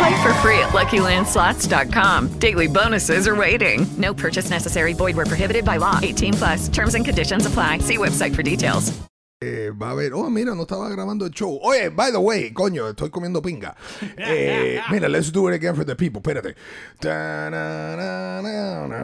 Play for free at LuckyLandSlots.com. Daily bonuses are waiting. No purchase necessary. Void were prohibited by law. 18 plus. Terms and conditions apply. See website for details. Eh, va a ver, oh, mira, no estaba grabando el show. Oye, by the way, coño, estoy comiendo pinga. Eh, mira, let's do it again for the people. Espérate.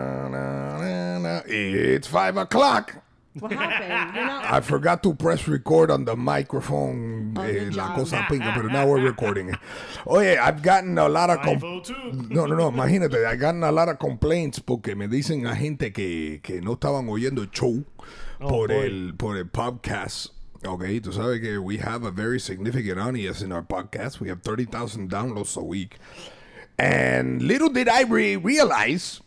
Ta-na-na-na-na-na-na-na. It's five o'clock. What happened? You're not. I forgot to press record on the microphone, eh, la cosa pinga, pero now we're recording. it. Oye, I've gotten a lot of com- no, no, no, imagínate, I've gotten a lot of complaints porque me dicen a gente que, que no estaban oyendo el show por el por el podcast. Okay, tú sabes que we have a very significant audience in our podcast. We have 30,000 downloads a week. And little did I re- realize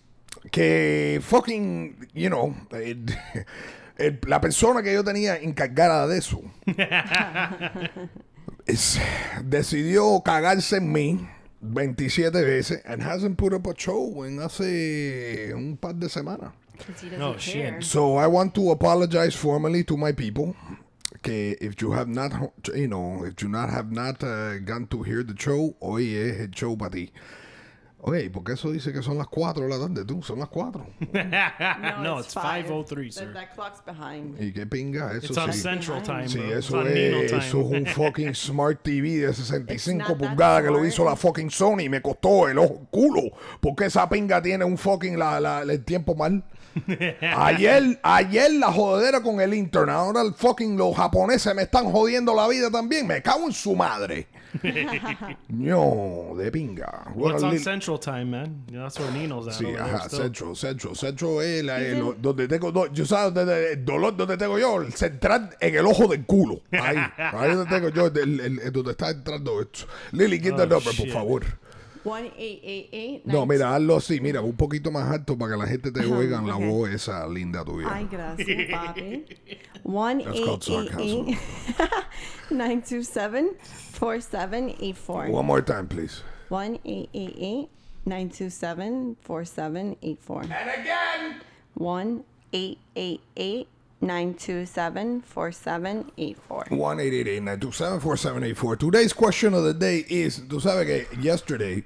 que fucking, you know, el- el- la persona que yo tenía encargada de eso es- decidió cagarse en mí 27 veces and hasn't put up a show en hace un par de semanas. No shit. So I want to apologize formally to my people. Okay, if you have not, you know, if you not have not uh, gone to hear the show, hoy es el show para ti. Oye, ¿por qué eso dice que son las 4 de la tarde? Tú, son las 4. Uh, No, No, it's it's five. 503, That- sir. That clock's behind. ¿Y qué pinga? Eso It's on sí. Central Time, Sí, bro. It's eso on Nino es, Time. eso es un fucking smart TV de 65 It's not that pulgadas que lo smart. hizo la fucking Sony. Me costó el ojo culo. Porque esa pinga tiene un fucking la, la- el tiempo mal. Ayer, ayer la jodedera con el internet. Ahora el fucking los japoneses me están jodiendo la vida también. Me cago en su madre. No, de pinga. Well, it's Bueno, on li- Central Time, man. Yeah, that's where Nino's at. Sí, over there ajá, still. Centro, Centro, Centro es la- el- donde tengo, do- yo sabes, donde- el dolor donde tengo yo, el central en el ojo del culo. Ahí, ahí donde tengo yo, el, el- el- donde está entrando esto. Lily, get the number, por favor. One eight eight eight. No, mira, hazlo así, mira, un poquito más alto para que la gente te oiga la voz esa linda tuya. Ay, gracias, Bobby. One That's called eight eight eight nine two seven four seven eight One four. more time, please. One eight eight eight nine two seven four seven eight four. And again. One eight eight eight nine two seven four seven eight four. 1-888-927-4784. Today's question of the day is, tú sabes que yesterday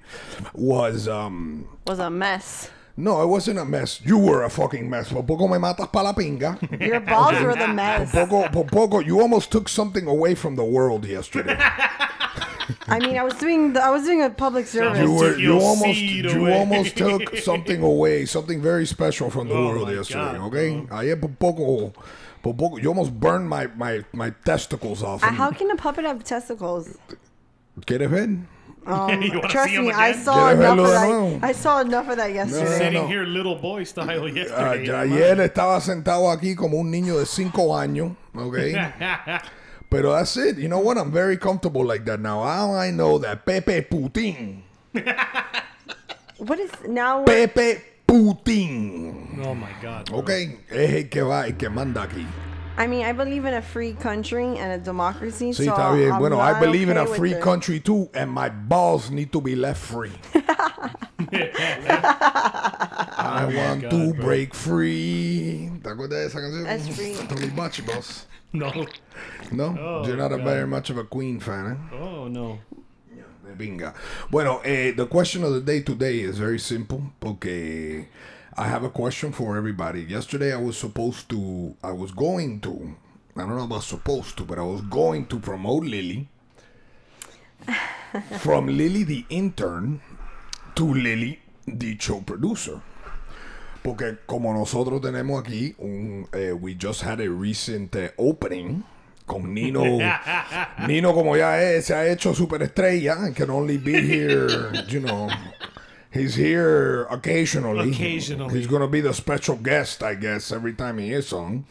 was, um, Was a mess. no, it wasn't a mess. You were a fucking mess. Por poco me matas pa' la pinga. Your balls were the mess. Poco, po- poco, you almost took something away from the world yesterday. I mean, I was doing the, I was doing a public service. You were, took you your almost, seed you away. almost took something away, something very special from the Oh world my yesterday. God, okay, ayer por poco, por poco, you almost burned my my my testicles off. Uh, How can a puppet have testicles? ¿Quieres ver? you wanna Um, Trust see him me, I again? saw Get a enough of hello. that. I saw enough of that yesterday. Sitting no. here little boy style Ah, yesterday. ya ayer estaba sentado aquí como un niño de cinco años. Okay. Pero that's it. You know what? I'm very comfortable like that now. How I know that Pepe Putin, What is now? we're- Pepe Putin. oh my god. bro. Ok, es el que va, el que manda aquí. I mean, I believe in a free country and a democracy. Sí, so está bien. I'm bueno, I not believe in a okay with free it. country too, and my balls need to be left free. I want Oh God, to bro. break free. ¿Te acuerdas de esa canción? That's free. Too much, boss. No. No, Oh, you're not a God. very much of a Queen fan, eh? Oh no. De pinga. Bueno, eh, the question of the day today is very simple porque I have a question for everybody. Yesterday I was supposed to, I was going to, I don't know about supposed to, but I was going to promote Lily from Lily the intern to Lily the show producer. Porque como nosotros tenemos aquí un, eh, we just had a recent eh, opening con Nino. Nino como ya es, se ha hecho superestrella, and can only be here, you know. He's here occasionally. Occasionally. He's gonna be the special guest, I guess, every time he is on.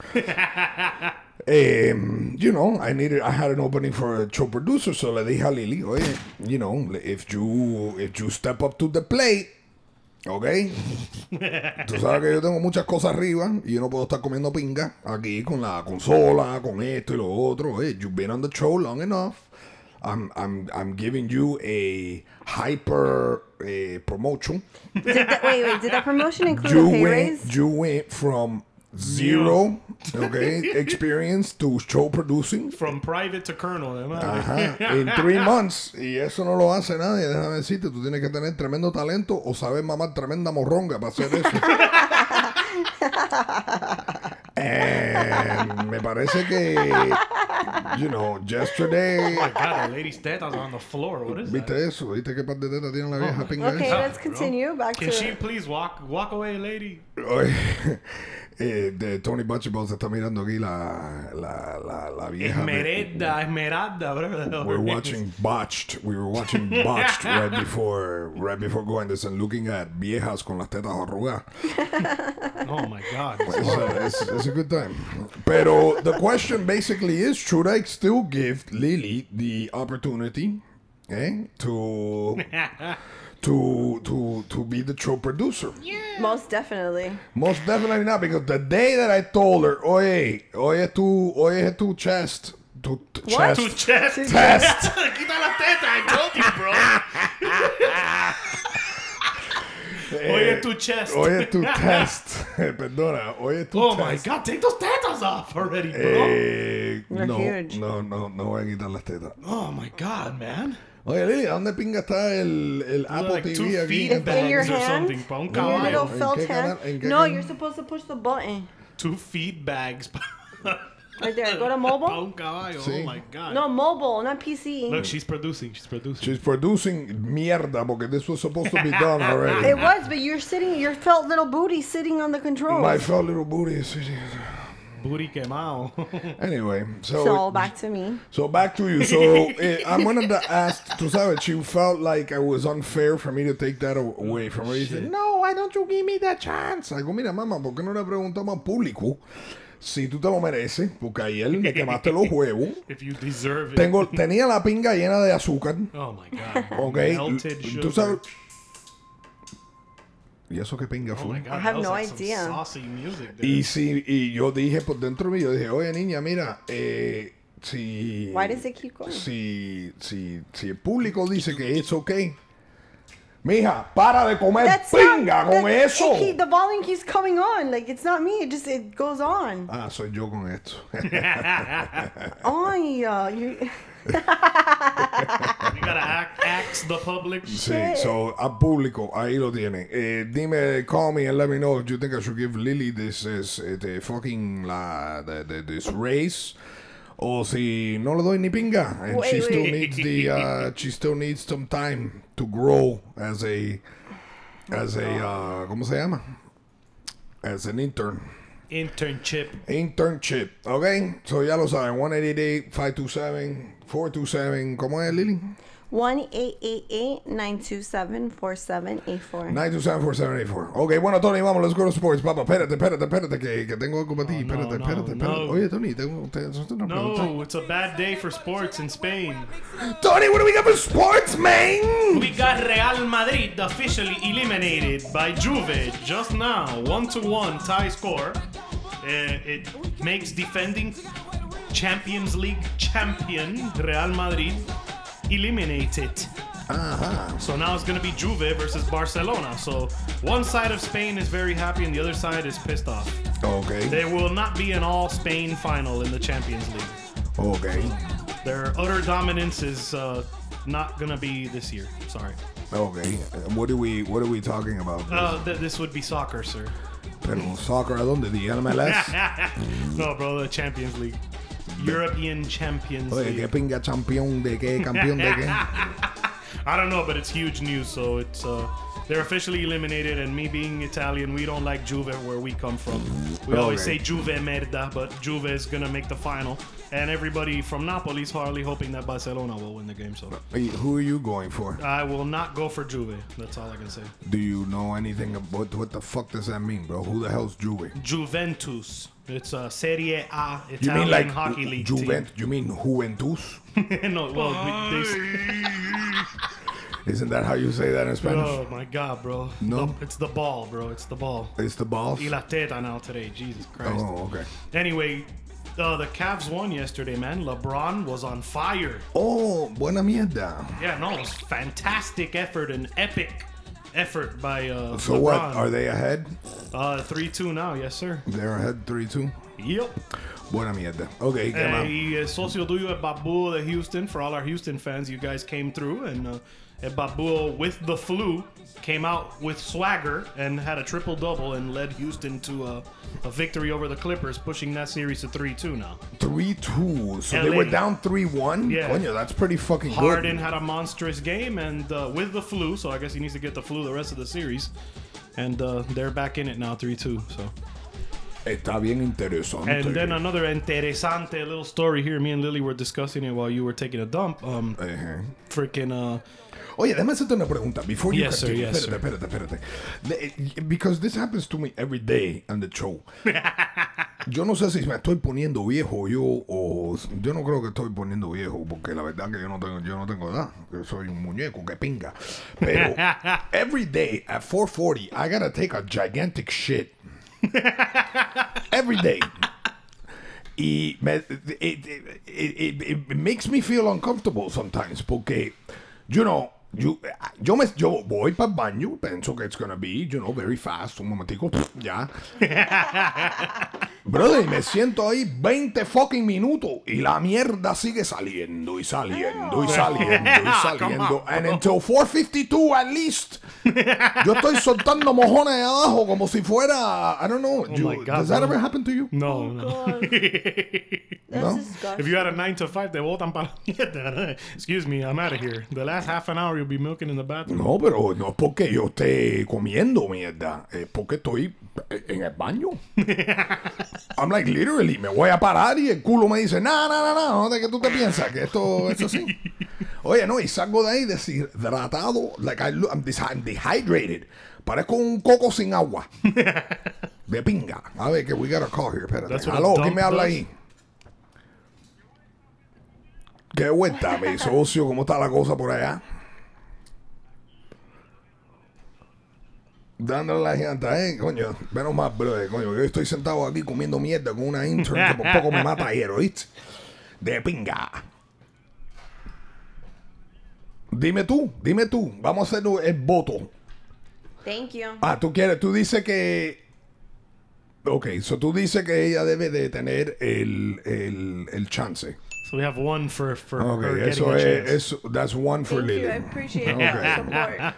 Um, you know, I needed, I had an opening for a show producer, so le dije a Lili, oye, you know, if you, if you step up to the plate, okay, Tú sabes que yo tengo muchas cosas arriba y yo no puedo estar comiendo pinga aquí con la consola, con esto y lo otro. Hey, you've been on the show long enough. I'm, I'm, I'm giving you a hyper eh, promotion. Did that, wait, wait. Did that promotion include You a pay went, raise? you went from zero okay, experience to show producing From private to colonel. de madre. Ajá, in Ah, three months. Y eso no lo hace nadie, déjame decirte. Tú tienes que tener tremendo talento o saber mamar tremenda morronga para hacer eso. And Eh, me parece que, you know, yesterday. Oh my god, the lady's tetas on the floor. What is that? ¿Viste eso? ¿Viste qué par de teta Oh tiene la vieja pinga Okay, esa? let's continue back Can to she please walk walk away, lady? Oye, eh, de Tony Butchable se está mirando aquí la, la, la, la vieja. Esmeralda, Esmeralda, bro. We're watching botched. We were watching botched right before right before going this and looking at viejas con las tetas arrugadas. Oh my god. It's a, it's, it's a good time. Pero the question basically is, should I still give Lily the opportunity, eh, to to to to be the show producer? most definitely. Most definitely not, because the day that I told her, oye, oye tu, oye tu chest, tu t- What? chest, Tu chest. Test. Quita la teta, I told you, bro. Oye, tu chest. Eh, Oye tu test. Perdona, oye tu Oh test. my god, take those tetas off already, bro. Eh, They're no, huge. no, no, no voy a quitar las tetas. Oh my god, man. Oye, Lili, ¿a dónde pinga está el, el Apple Like two TV aquí? feet In your bags or hand? something. Pa un In your little caballo. ¿En felt qué hand? canal- en qué No, canal? you're supposed to push the button. Two feed bags. Right there. Go to Pa mobile. un caballo. Sí. Oh my god. No, mobile, not PC. Look, she's producing. She's producing. She's producing mierda porque this was supposed to be done It already. was, but you're sitting, your felt little booty sitting on the controls. My fat little booty is Booty quemado. Anyway, so so back to me. so back to you. So eh, I'm gonna da- ask to Savage. You felt like it was unfair for me to take that a- away from her. You said, no, why don't you give me that chance? I go, mira, mamá, ¿por qué no le preguntamos al público si tú te lo mereces? Porque ayer me quemaste los huevos. if you deserve it. Tengo, tenía la pinga llena de azúcar. Oh my god. Ok. Melted sugar. Tú sabes. ¿Y eso qué pinga Oh fue? my god. I have that was no like some idea. Saucy music. dude. y, si, y yo dije por dentro de mí, yo dije, oye niña, mira, eh, si, Why does it keep going? si, si, si el público dice que es ok, mija, para de comer pinga con that- eso. it keep- the volume keeps coming on. Like it's not me. It just it goes on. Ah, soy yo con esto. Ay, uh, you, You gotta act, ax the public. sí, so, al público, ahí lo tienen. Eh, dime, call me and let me know if you think I should give Lily this, this, eh, the fucking, la, the, the- this race. O si no le doy ni pinga. And she Wait, still wait. needs the, uh, she still needs some time to grow as a, as a, uh, ¿cómo se llama? As an intern. Internship. Internship, ok? So ya lo saben, 1-888-527-427. ¿Cómo es, Lily? one eight eight eight nine two seven four seven eight four. 9274784. Ok, bueno, Tony, vamos, let's go to sports, papá. Espérate, espérate, espérate, que, que tengo algo para ti. no, espérate, no, espérate, espérate. no. Oye, Tony, tengo, te- te- te- una pregunta. No, it's a bad day for sports in Spain. Tony, what do we got for sports, man? We got Real Madrid officially eliminated by Juve just now. One to one tie score. Uh, it makes defending Champions League champion Real Madrid eliminated. So now it's going to be Juve versus Barcelona. So one side of Spain is very happy and the other side is pissed off. Ok, There will not be an all Spain final in the Champions League. ok. Their utter dominance is uh, not going to be this year. Sorry. Ok, Uh, what are we, what are we talking about? Uh, th- this would be soccer, sir. Pero soccer, ¿a dónde? ¿The MLS? no, bro, the Champions League. European Champions Oye, qué League. pinga campeón de qué, campeón de qué. I don't know, but it's huge news, so it's uh, They're officially eliminated, and me being Italian, we don't like Juve where we come from. We always Oh, say Okay. Juve merda, but Juve is gonna make the final. And everybody from Napoli is hardly hoping that Barcelona will win the game. So Hey, Who are you going for? I will not go for Juve. That's all I can say. Do you know anything about what the fuck does that mean, bro? Who the hell's Juve? Juventus. It's a Serie A Italian You mean like hockey league Juvent? You mean Juventus? team. no, well, we- they, Isn't that how you say that in Spanish? oh my god, bro. No? The- it's the ball, bro. It's the ball. It's the balls. Y la teta now today. Jesus Christ. Oh, okay. Anyway, uh, the Cavs won yesterday, man. LeBron was on fire. Oh, buena mierda. Yeah, no, it was fantastic effort, an epic effort by uh, So what? Are they ahead? Uh, three two now, yes sir. They're ahead three two. Yep. Buena mierda. Okay, come Eh, on. y el socio tuyo es Babu de Houston. For all our Houston fans, you guys came through, and uh, eh, Babu with the flu came out with swagger and had a triple double and led Houston to a, a victory over the Clippers, pushing that series to three two now. Three two. So they LA. were down three one. Yeah. Coño, that's pretty fucking Harden good. had a monstrous game, and uh, with the flu, so I guess he needs to get the flu the rest of the series. And uh, they're back in it now, three two. So. Está bien interesante. And then another interesante little story here. Me and Lily were discussing it while you were taking a dump. Um, freaking uh, Oye, déjame hacerte una pregunta. Before you Yes, sir, continue, yes, sir. espérate, espérate, espérate. Le- Because this happens to me every day on the show. Yo no sé si me estoy poniendo viejo yo o yo no creo que estoy poniendo viejo porque la verdad que yo no tengo yo no tengo edad. Yo soy un muñeco que pinga. Pero every day at 4:40 I gotta take a gigantic shit. every day. Y me, it, it, it, it- it makes me feel uncomfortable sometimes porque, you know, you- yo, me, yo voy para el baño, pienso que it's gonna be, you know, very fast, un momentico, ya. Brother, y me siento ahí 20 fucking minutos y la mierda sigue saliendo y saliendo y saliendo y saliendo. And until 4.52 at least, yo estoy soltando mojones de abajo como si fuera, I don't know. you- Oh my God, does that bro. ever happen to you? no, no. That's No? If you had a nine to five, they votan para Excuse me, I'm out of here. The last half an hour, you'll be milking in the bathroom. No, pero no es porque yo esté comiendo mierda, es porque estoy en el baño. I'm like, literally, me voy a parar y el culo me dice, no, no, no, no, ¿de qué tú te piensas? Que esto es así. Oye, no, y salgo de ahí deshidratado, like I look, I'm, des- I'm dehydrated. Parezco un coco sin agua. De pinga. A ver, que we got a call here, That's espérate. what a Aló, ¿quién dump me habla does. ahí? Qué vuelta, mi socio, ¿cómo está la cosa por allá? dándole la llanta, eh, coño. Menos mal, brother, coño. Yo estoy sentado aquí comiendo mierda con una intern que por poco me mata ayer, ¿oíste? De pinga. Dime tú, dime tú. Vamos a hacer el voto. Thank you. Ah, tú quieres, tú dices que. Ok, so tú dices que ella debe de tener el, el, el chance. So we have one for for Ok, her getting eso a es, chance. eso, that's one for Thank Lily. you. I appreciate Okay. your support.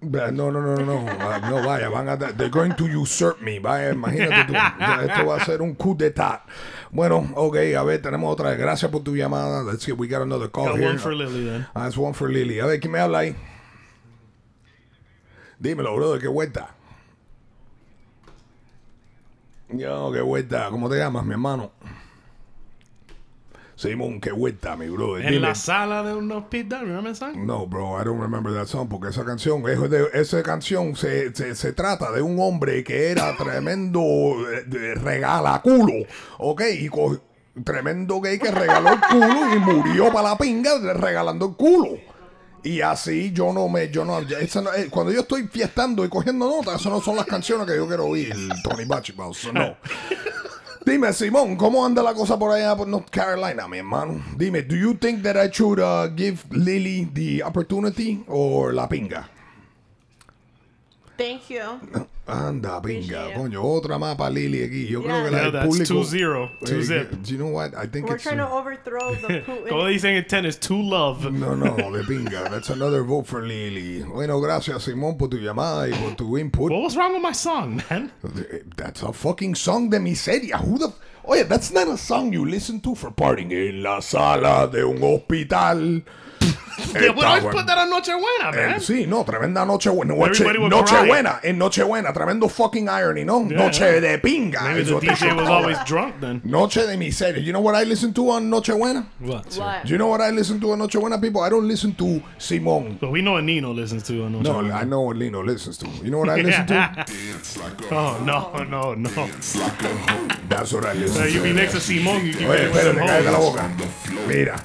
Bra- No, no, no, no, no, Ah, no, vaya, van a, dar- they're going to usurp me, vaya, imagínate tú, Ya, esto va a ser un coup d'etat. Bueno, ok, a ver, tenemos otra, gracias por tu llamada, let's see, we got another call Got here. one for Lily then. Ah, That's one for Lily, a ver, ¿quién me habla ahí? Dímelo, brother, qué vuelta. Yo, qué vuelta, ¿cómo te llamas, mi hermano? Simón, qué vuelta, mi brother, En la dime. sala de unos Pete Dunne, remember that song? No, bro, I don't remember that song porque esa canción, es de- esa canción se, se, se trata de un hombre que era tremendo eh, de- regala culo, ¿ok? Y co- tremendo gay que regaló el culo y murió para la pinga de- regalando el culo. Y así yo no me, yo no, ya, esa no- eh, cuando yo estoy fiestando y cogiendo notas, esas no son las canciones que yo quiero oír, Tony Bachibau, no. Dime, Simón, ¿cómo anda la cosa por allá por North Carolina, mi hermano? Dime, do you think that I should uh, give Lily the opportunity or la pinga? Thank you. Anda, pinga, Appreciate it. coño, otra más para Lily aquí. Yo creo Yeah. que la Yeah, del that's público. 2-0. Eh, 2-zip. do you know what? I think We're it's trying to overthrow the Como Putin. dicen en tennis, two love. No, no, de pinga. That's another vote for Lily. Bueno, gracias, Simón, por tu llamada y por tu input. What was wrong with my song, man? That's a fucking song de miseria. Who the? Oye, that's not a song you listen to for partying. En la sala de un hospital. They would always Está bueno. put that on Nochebuena, Eh, man. sí, no, tremenda Nochebuena. Noche, Everybody would nochebuena, en Nochebuena, tremendo fucking irony, ¿no? Yeah. Noche de pinga. Maybe is the what they DJ should was call always it. drunk then. Noche de miseria. You know what I listen to on Nochebuena? What? Do you know what I listen to on Nochebuena, people? I don't listen to Simón. But we know what Nino listens to on No, Nochebuena. I know what Lino listens to. You know what I listen to? Oh, no, no, no. That's what I listen Uh, to. you be next to Simon, you can Oye, get some espérate, cállate la hoes. boca. Mira.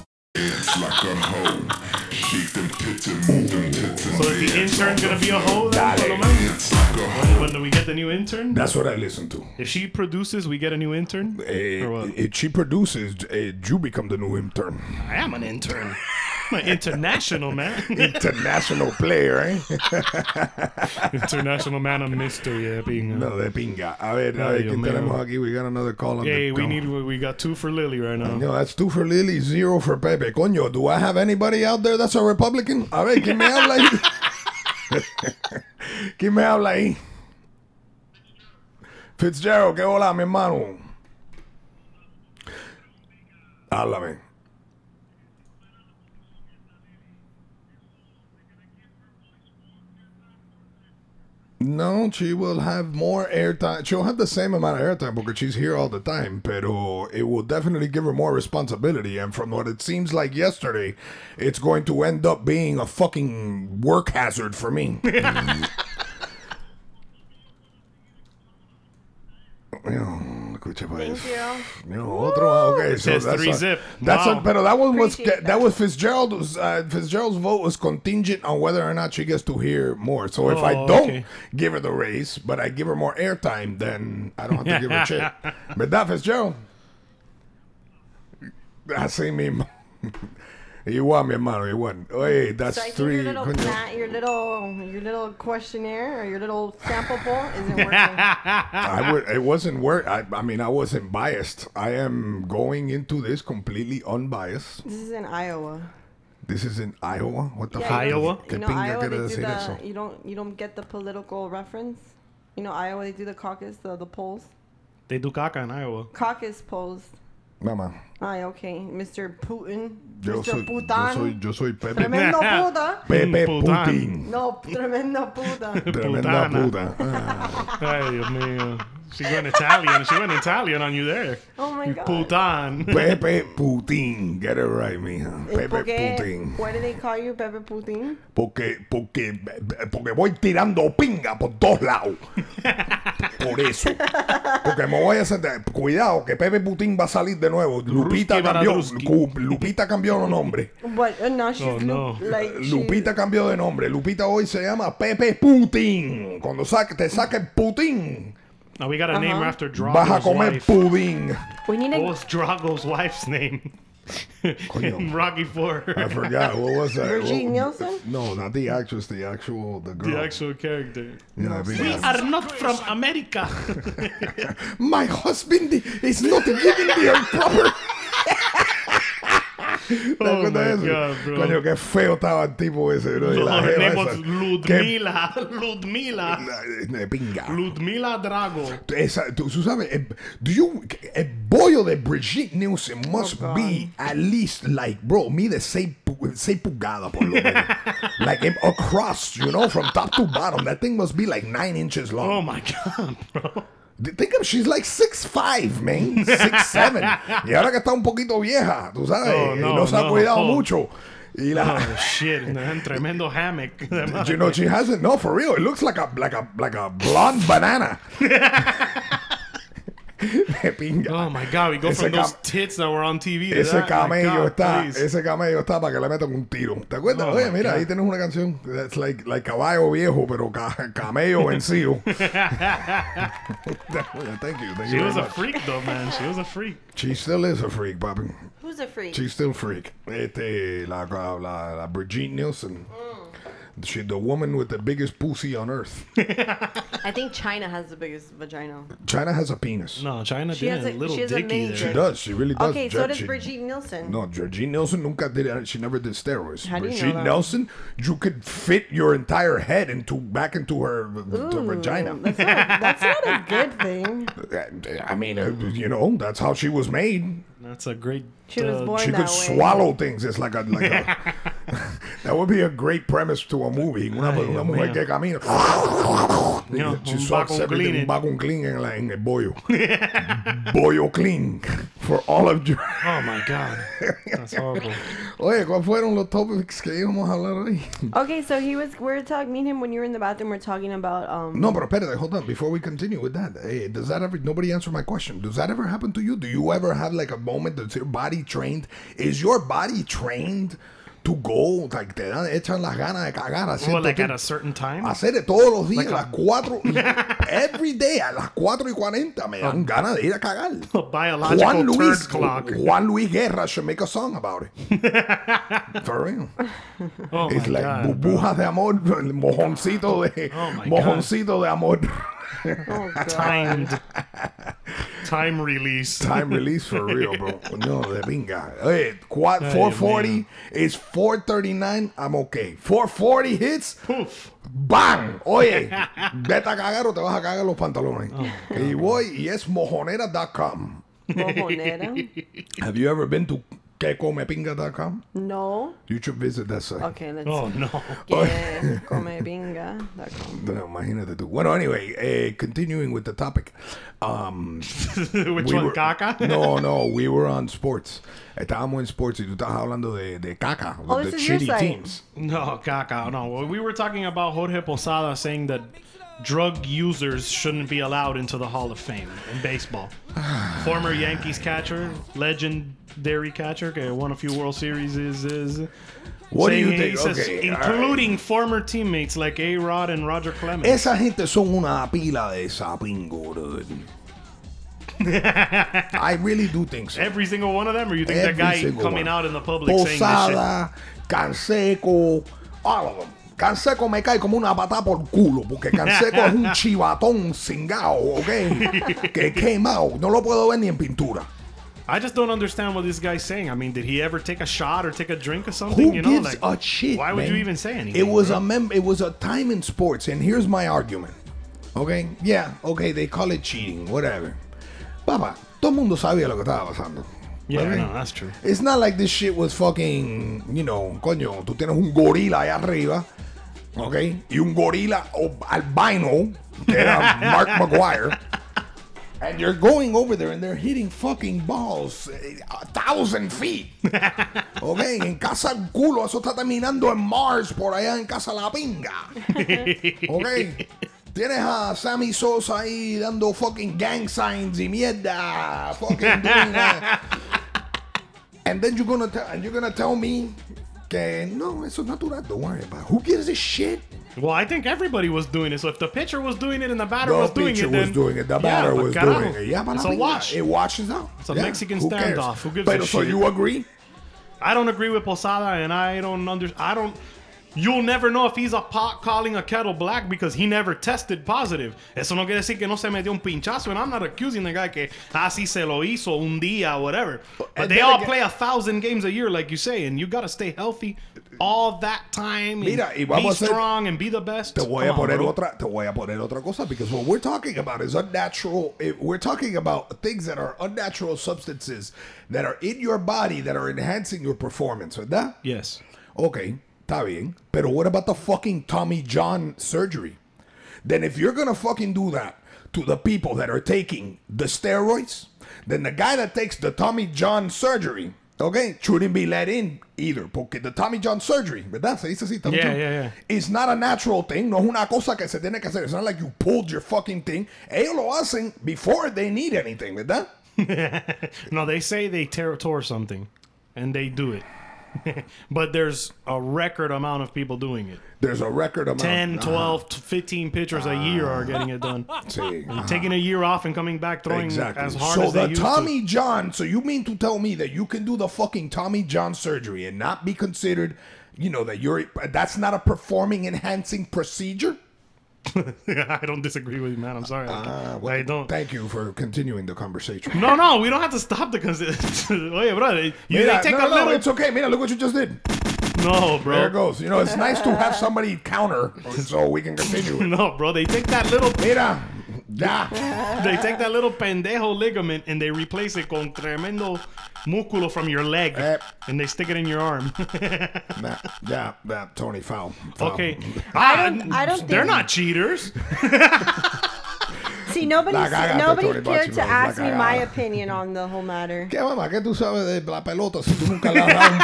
So is the intern gonna be a hoe then, Paloma? When, when do we get the new intern? That's what I listen to. If she produces, we get a new intern? Eh, if she produces, eh, you become the new intern. I am an intern. I'm an international man. International player, eh? international man of mystery, eh, yeah, being No, de pinga. A ver, a Ay, ver, Dios ¿quién mío. tenemos aquí? We got another call on Hey, the we come. need we got two for Lily right now. No, that's two for Lily, zero for Pepe. Coño, do I have anybody out there that's a Republican? A ver, ¿quién me habla ahí? ¿Quién me habla ahí? Fitzgerald, ¿qué hola, mi hermano? Háblame. No, she will have more airtime. She'll have the same amount of airtime because she's here all the time, pero it will definitely give her more responsibility. And from what it seems like yesterday, it's going to end up being a fucking work hazard for me. Bueno, escucha, pues. No, otro. ah, Okay, so says that's three a- zip. That's Wow. a, pero that one was that. was Fitzgerald's uh, Fitzgerald's vote was contingent on whether or not she gets to hear more. So if I Oh, don't okay. give her the raise, but I give her more airtime, then I don't have to give her shit. But that Fitzgerald, así mismo. Igual, mi hermano, igual. Oye, that's so I think three. your little coño. plat- your little your little questionnaire or your little sample poll isn't working. I would. It wasn't work. I, I mean, I wasn't biased. I am going into this completely unbiased. this is in Iowa. This is in Iowa. What the Yeah, fuck? you know- ¿Qué You know, pinga Iowa, quiere they do decir the, eso? you don't you don't get the political reference. You know, Iowa they do the caucus, the, the polls, They do caca in Iowa. caucus polls. Mamá. Ay, okay, Mr. Putin, Yo Mr. soy, yo Putan, soy, yo soy Pepe. tremendo puta. Pepe Putan. Putin. No, tremendo puta. Tremenda Putana. puta. Ah. Ay, Dios mío. She went Italian. She went Italian on you there. Oh my you God. putan. Pepe Putin. Get it right, mija. Eh, Pepe porque- Putin. Why do they call you Pepe Putin? Porque, porque, porque voy tirando pinga por todos lados. Por eso. Porque me voy a sentar. Cuidado, que Pepe Putin va a salir de nuevo. Lupita cambió. Baradruski. Lu- Lupita cambió de nombre. What? Uh, no, she's Oh, no. Lu- like she's- Lupita cambió de nombre. Lupita hoy se llama Pepe Putin. Cuando saque, te saque Putin, Now we got a Uh-huh. name after vas a Drago's comer wife. pudín. We need What to. was Drago's wife's name? in Rocky Four. I forgot what was that. Brigitte What- Nielsen? No, not the actress. The actual the girl. The actual character. Yeah, I think We that's- are not from America. My husband is not giving me a proper. ¿Te Oh acuerdas de my eso? God, bro. Coño, qué feo estaba el tipo ese, bro. Y la Her jeva name was esa. Qué- Ludmila. Ludmila. De pinga. Ludmila Drago. Esa, tú, tú sabes, el, do you, eh, el bollo de Brigitte Nielsen must be at least like, bro, mide 6 pulgadas por lo menos. like em- across, you know, from top to bottom. That thing must be like 9 inches long. Oh my god, bro. D- Think of, she's like 6'5, man. 6'7. y ahora que está un poquito vieja, tú sabes, Oh, y no, no, se ha no, cuidado oh. mucho. Y la, Oh shit, man. Tremendo hammock. Ah. you know, she hasn't. No, for real, it looks like a like a like a blonde banana. de pinga. Oh my god, we go Ese from those cam- tits that were on TV. to Ese that. My camello God, está, please. ese camello está para que le metan un tiro. ¿Te acuerdas? Oh, Oye, my mira, God. ahí tienes una canción. It's like, like caballo viejo, pero ca- camello vencido. Thank you, thank She you was very a much. freak though, man. She was a freak. She still is a freak, papi. Who's a freak? She's still freak. Este, la, la, la, la Brigitte Nielsen. Mm. She, the woman with the biggest pussy on earth. I think China has the biggest vagina. China has a penis. No, China She has a- little she has a dicky there. She major. does. She really does. Okay, so Ju- does she- Brigitte Nielsen. No, Brigitte Nielsen nunca did. She never did steroids. How do you know Brigitte that? Nielsen, you could fit your entire head into back into her to her vagina. That's not, that's not a good thing. I mean, uh, you know, that's how she was made. That's a great. uh, She was born She that could way. swallow things. It's like a like a. that would be a great premise to a movie. Una, una mujer que camina. No, she un sucks vacuum everything. cleaning. Un vacuum clean en, la, en el bollo. bollo clean for all of you. Oh my god, that's horrible. Oye, ¿cuáles fueron los topics que íbamos a hablar hoy? Okay, so he was. We're talking. Me and him. When you were in the bathroom, we're talking about. Um, No, but espérate, hold on. Before we continue with that, eh, does that ever? Nobody answered my question. Does that ever happen to you? Do you ever have like a moment that's your body trained? Is your body trained to go? Like te dan echan las ganas de cagar. hacer Well, like todo- at a certain time. Hacer de todos los Like días a las 4 y, every day a las 4 y 40 me dan ganas de ir a cagar. A biological Juan turd Luis, clock. Juan Luis Guerra should make a song about it. For real. Oh my It's like god. burbujas de amor, mojoncito de, Oh my God. mojoncito de amor. oh God. Timed. Time release. Time release for real, bro. No, de pinga. Oye, quad Ay, 440 man. is 439. I'm okay. 440 hits. ¡Bang! Oye, vete a cagar o te vas a cagar los pantalones. Oh, y voy y es mojonera.com. Mojonera? Have you ever been to quecomepinga.com? No. You should visit that site. Okay, let's. Oh no. Que come binga. That com- No, imagínate tú. Bueno, anyway, eh, continuing with the topic. Um, Which We one, were- caca? No, no, we were on sports. Estábamos en sports y tú estabas hablando de, de caca. Oh, de this is your site. No, caca. No, Well, we were talking about Jorge Posada saying that drug users shouldn't be allowed into the Hall of Fame in baseball. Former Yankees catcher, legendary catcher, que won a few World Series. Is, is What do you saying- think? he says, Okay, all right. including former teammates like A Rod and Roger Clemens. Esa gente son una pila de sapingo, brother. I really do think so. Every single one of them, or you think Every that guy single coming one. out in the public saying this shit? Posada, Canseco, all of them. Canseco me cae como una patada por culo, porque Canseco es un chivatón cingao, ¿ok? que quemado, no lo puedo ver ni en pintura. I just don't understand what this guy's saying. I mean, did he ever take a shot or take a drink or something? Who you know, gives like a shit? Why would you man? even say anything? It was bro? a mem- It was a time in sports, and here's my argument. Okay, yeah, okay, they call it cheating, whatever. Papa, todo el mundo sabía lo que estaba pasando. Yeah, okay? no, that's true. It's not like this shit was fucking, you know, coño, tú tienes un gorila ahí arriba, okay, y un gorila ob- albino, que era Mark McGuire. And you're going over there and they're hitting fucking balls eh, a thousand feet. Okay, en casa el culo, eso está terminando en Mars por allá en casa la pinga. Ok. Tienes a Sammy Sosa ahí dando fucking gang signs y mierda. Fucking doing that. And then you're gonna tell and you're gonna tell me que no, eso es natural. Don't worry about it. Who gives a shit? Well, I think everybody was doing it. So if the pitcher was doing it and the batter The was doing pitcher it, then was doing it. The Yeah, batter but was carajo, doing it. Yeah, but it's la a pinga, wash. It washes out. It's a Yeah, Mexican who cares? standoff. Who gives a Pero, so shit? you agree? I don't agree with Posada, and I don't under. I don't. You'll never know if he's a pot calling a kettle black because he never tested positive. Eso no quiere decir que no se metió un pinchazo, and I'm not accusing the guy que así se lo hizo un día, whatever. But and they then all again- play a thousand games a year, like you say, and you gotta stay healthy all that time. and Mira, y be vamos a hacer- strong and be the best. Te voy Come a on, poner bro. otra, te voy a poner otra cosa because what we're talking about is unnatural. eh, We're talking about things that are unnatural substances that are in your body that are enhancing your performance, ¿verdad? Yes. Okay, está bien. Pero what about the fucking Tommy John surgery? Then if you're gonna fucking do that to the people that are taking the steroids, then the guy that takes the Tommy John surgery, Okay, shouldn't be let in either, porque the Tommy John surgery, ¿verdad? Se dice así, Tommy Yeah, John. yeah, yeah. It's not a natural thing, no es una cosa que se tiene que hacer. It's not like you pulled your fucking thing. Ellos lo hacen before they need anything, ¿verdad? no, they say they tear tore something, and they do it. but there's a record amount of people doing it. There's a record amount. 10, Ah. 12, t- 15 pitchers a year are getting it done. Sí. And Taking a year off and coming back throwing Exactly. as hard so as they the used Tommy to. John. So you mean to tell me that you can do the fucking Tommy John surgery and not be considered, you know, that you're that's not a performing enhancing procedure? I don't disagree with you, man. I'm sorry. Uh, I don't. Thank you for continuing the conversation. No, no, we don't have to stop the conversation. Oye, bro, you they Mira, take no, a no, little. it's okay. Mira, look what you just did. No, bro. There it goes. You know, it's nice to have somebody counter so we can continue. it. no, bro, they take that little. Mira, ya. They take that little pendejo ligament and they replace it con tremendo músculo from your leg, Eh. and they stick it in your arm. Nah, yeah, that Tony foul. Foul. okay, Ah, I don't- I don't They're think- not cheaters. See, nobody, La cagaste, nobody Tony cared Bacci, to la ask me my cagaste. opinion on the whole matter. ¿Qué mamá? ¿Qué tú sabes de la pelota si tú nunca le has dado un...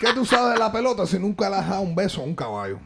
¿Qué tú sabes de la pelota si nunca le has dado un beso a un caballo?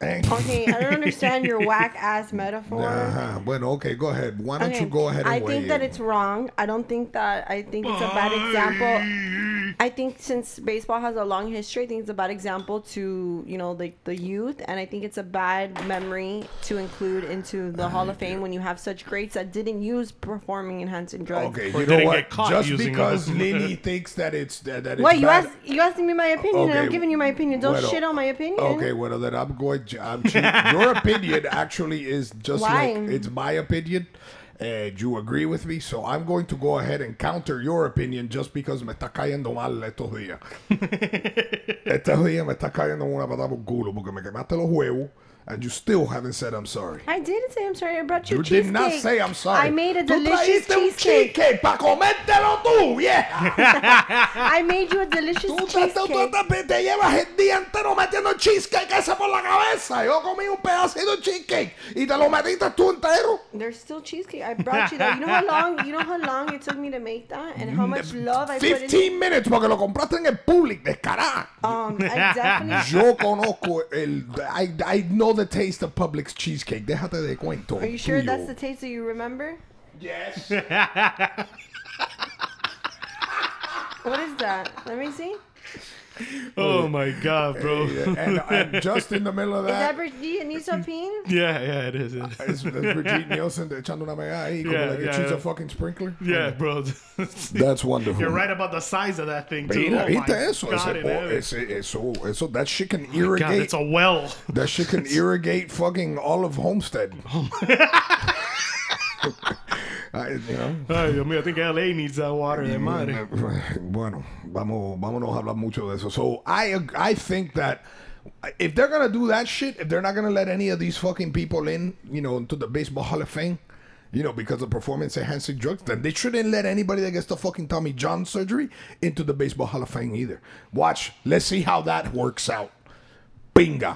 ¿Eh? Okay, I don't understand your whack ass metaphor. Ajá. Bueno, okay, go ahead. Why don't Okay, you go ahead and I weigh think that in? it's wrong. I don't think that. I think it's a bad example. I think since baseball has a long history, I think it's a bad example to you know like the youth, and I think it's a bad memory to include into the Hall of Fame when you have such greats that didn't use performing enhancing drugs. Okay, Or you did know it what? get caught Just using because them? Lily thinks that it's that, that it's What you bad- asked? You asking me my opinion, and Okay, I'm giving you my opinion. Don't bueno, shit on my opinion. Okay, well then I'm going. To, I'm che- your opinion actually is just Why? like it's my opinion, and you agree with me. So I'm going to go ahead and counter your opinion just because me está cayendo mal estos días. estos días me está cayendo una patada por culo porque me quemaste los huevos, and you still haven't said I'm sorry. I didn't say I'm sorry. I brought you, You cheesecake. did not say I'm sorry. I made a Tú delicious trajiste un cheesecake. cheesecake pa comértelo tú, vieja. I made you a delicious Tú te, tú cheesecake. te- te llevas el día entero metiendo cheesecake ese por la cabeza. Yo comí un pedacito de cheesecake y te lo metiste tú entero. There's still cheesecake. I brought you that. You know how long? You know how long it took me to make that, and how much love I put 15 in. Mm, minutes porque lo compraste en el public, descarada. Um, I definitely. Yo conozco el. I, I know the taste of Publix cheesecake. Déjate de cuento. Are you sure tío. that's the taste that you remember? Yes. What is that? Let me see. Is oh my god, bro. and, and just in the middle of that. that Brigitte and Isopine? yeah, yeah, it is. It Es is. Brigitte Nielsen echando una mega ahí como Yeah, la que yeah, she's a yeah. fucking sprinkler. yeah, bro. That's wonderful. You're right about the size of that thing too. Mira, oh my ¿viste eso? god, Ese- it oh, is. Oh ese- eso, eso, that shit can God, irrigate. it's a well. That shit can irrigate fucking all of Homestead. Oh I- you know. Ay, Dios mío, I think LA needs that water, de madre. Bueno, vamos, vámonos a hablar mucho de eso. So I, ag- I think that if they're gonna do that shit, if they're not gonna let any of these fucking people in, you know, into the baseball Hall of Fame, you know, because of performance enhancing drugs, then they shouldn't let anybody that gets the fucking Tommy John surgery into the baseball Hall of Fame either. Watch, let's see how that works out. Binga.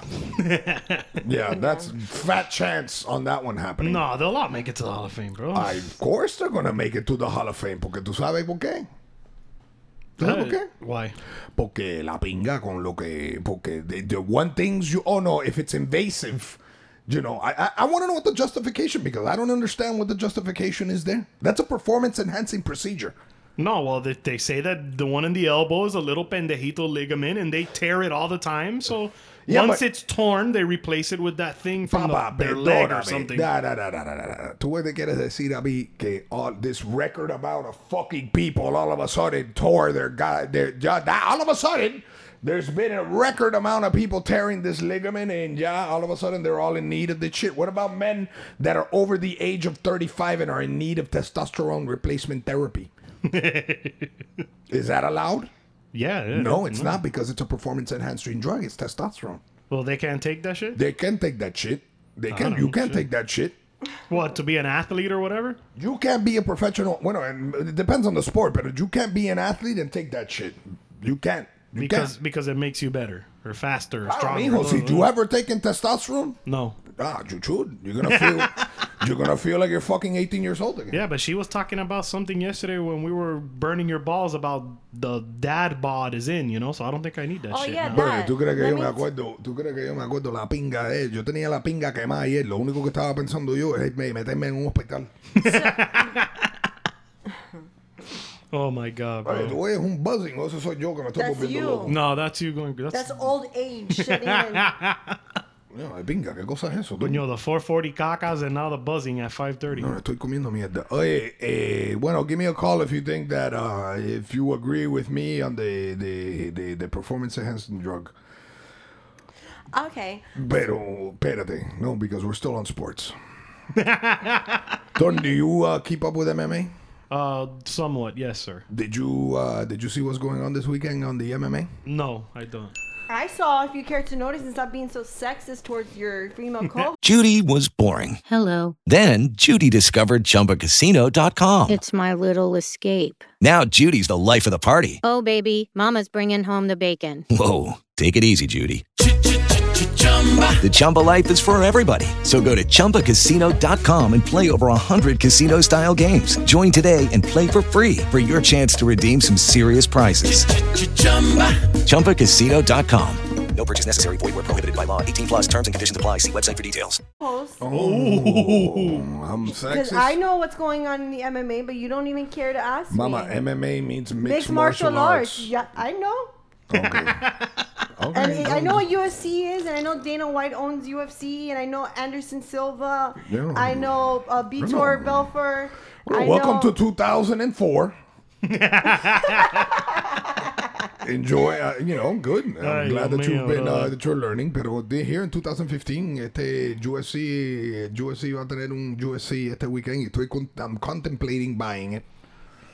yeah, that's fat chance on that one happening. No, they'll not make it to the Hall of Fame, bro. I, of course they're gonna make it to the Hall of Fame porque tú sabes por qué. ¿Tú sabes por qué? Uh, Why? Porque la pinga con lo que porque the, the one things you oh no if it's invasive, you know I I, I want to know what the justification because I don't understand what the justification is there. That's a performance enhancing procedure. No, well, they, they say that the one in the elbow is a little pendejito ligament, and they tear it all the time. So Yeah, once but- it's torn, they replace it with that thing from Papa, the, their leg or perdóname. something. Da, da, da, da, da, da, da. Tú me quieres decir a mí que all this record amount of fucking people all of a sudden tore their god their ya- da- all of a sudden there's been a record amount of people tearing this ligament and yeah, all of a sudden they're all in need of this shit. What about men that are over the age of 35 and are in need of testosterone replacement therapy? Is that allowed? yeah, yeah. No, it's not because it's a performance enhancing drug. It's testosterone. Well, they can't take that shit. They can take that shit. They I can. don't You know, can't shit. take that shit. What to be an athlete or whatever? You can't be a professional. Well, no, and it depends on the sport, but you can't be an athlete and take that shit. You can't. Ah, You Because can't. because it makes you better or faster or I don't stronger. know, Mijo, see, you ever taken testosterone? No. Ah, you should. You're gonna feel. You're gonna feel like you're fucking 18 years old again. Yeah, but she was talking about something yesterday when we were burning your balls about the dad bod is in, you know. So I don't think I need that Oh, shit. yeah, now. Brother, ¿tú crees, que yo me acuerdo, ¿Tú crees que yo me acuerdo la pinga de él? Yo tenía la pinga quemada ayer. Lo único que estaba pensando yo es me- meterme en un hospital. Oh my god, Oye, bro. tú eres un buzzing. o Eso soy yo que me estoy That's volviendo you. loco. No, that's you going. That's, That's old age setting in. Coño, ay, pinga, ¿qué cosa es eso? tú? Coño, the 440 cacas and now the buzzing at 5:30. No, estoy comiendo mierda. Oye, eh, bueno, give me a call if you think that, uh, if you agree with me on the, the, the, the performance enhancing drug. Okay. Pero, espérate. No, because we're still on sports. Don, do you uh, keep up with MMA? Uh, somewhat, yes, sir. Did you uh, did you see what's going on this weekend on the MMA? No, I don't. I saw if you care to notice and stop being so sexist towards your female co Judy was boring. Hello. Then Judy discovered ChumbaCasino.com. It's my little escape. Now Judy's the life of the party. Oh, baby, Mama's bringing home the bacon. Whoa, take it easy, Judy. The Chumba life is for everybody. So go to ChumbaCasino.com and play over 100 casino style games. Join today and play for free for your chance to redeem some serious prizes. ChumbaCasino.com. No purchase necessary. Void where prohibited by law. 18 plus terms and conditions apply. See website for details. host. Oh, I'm Because sexist. I know what's going on in the MMA, but you don't even care to ask. Mama, me. MMA means mixed, Mixed martial, arts. Yeah, I know. Okay, And I- I don't- know what UFC is, and I know Dana White owns UFC, and I know Anderson Silva. Yeah. I know uh, Vitor Belfort. Well, I welcome to know- 2004. Enjoy, uh, you know, good. I'm Ay, glad Dios that you've mío, been uh, brother. that you're learning. Pero de- here in 2015, este UFC, UFC va a tener un UFC este weekend. Y estoy con, I'm contemplating buying it.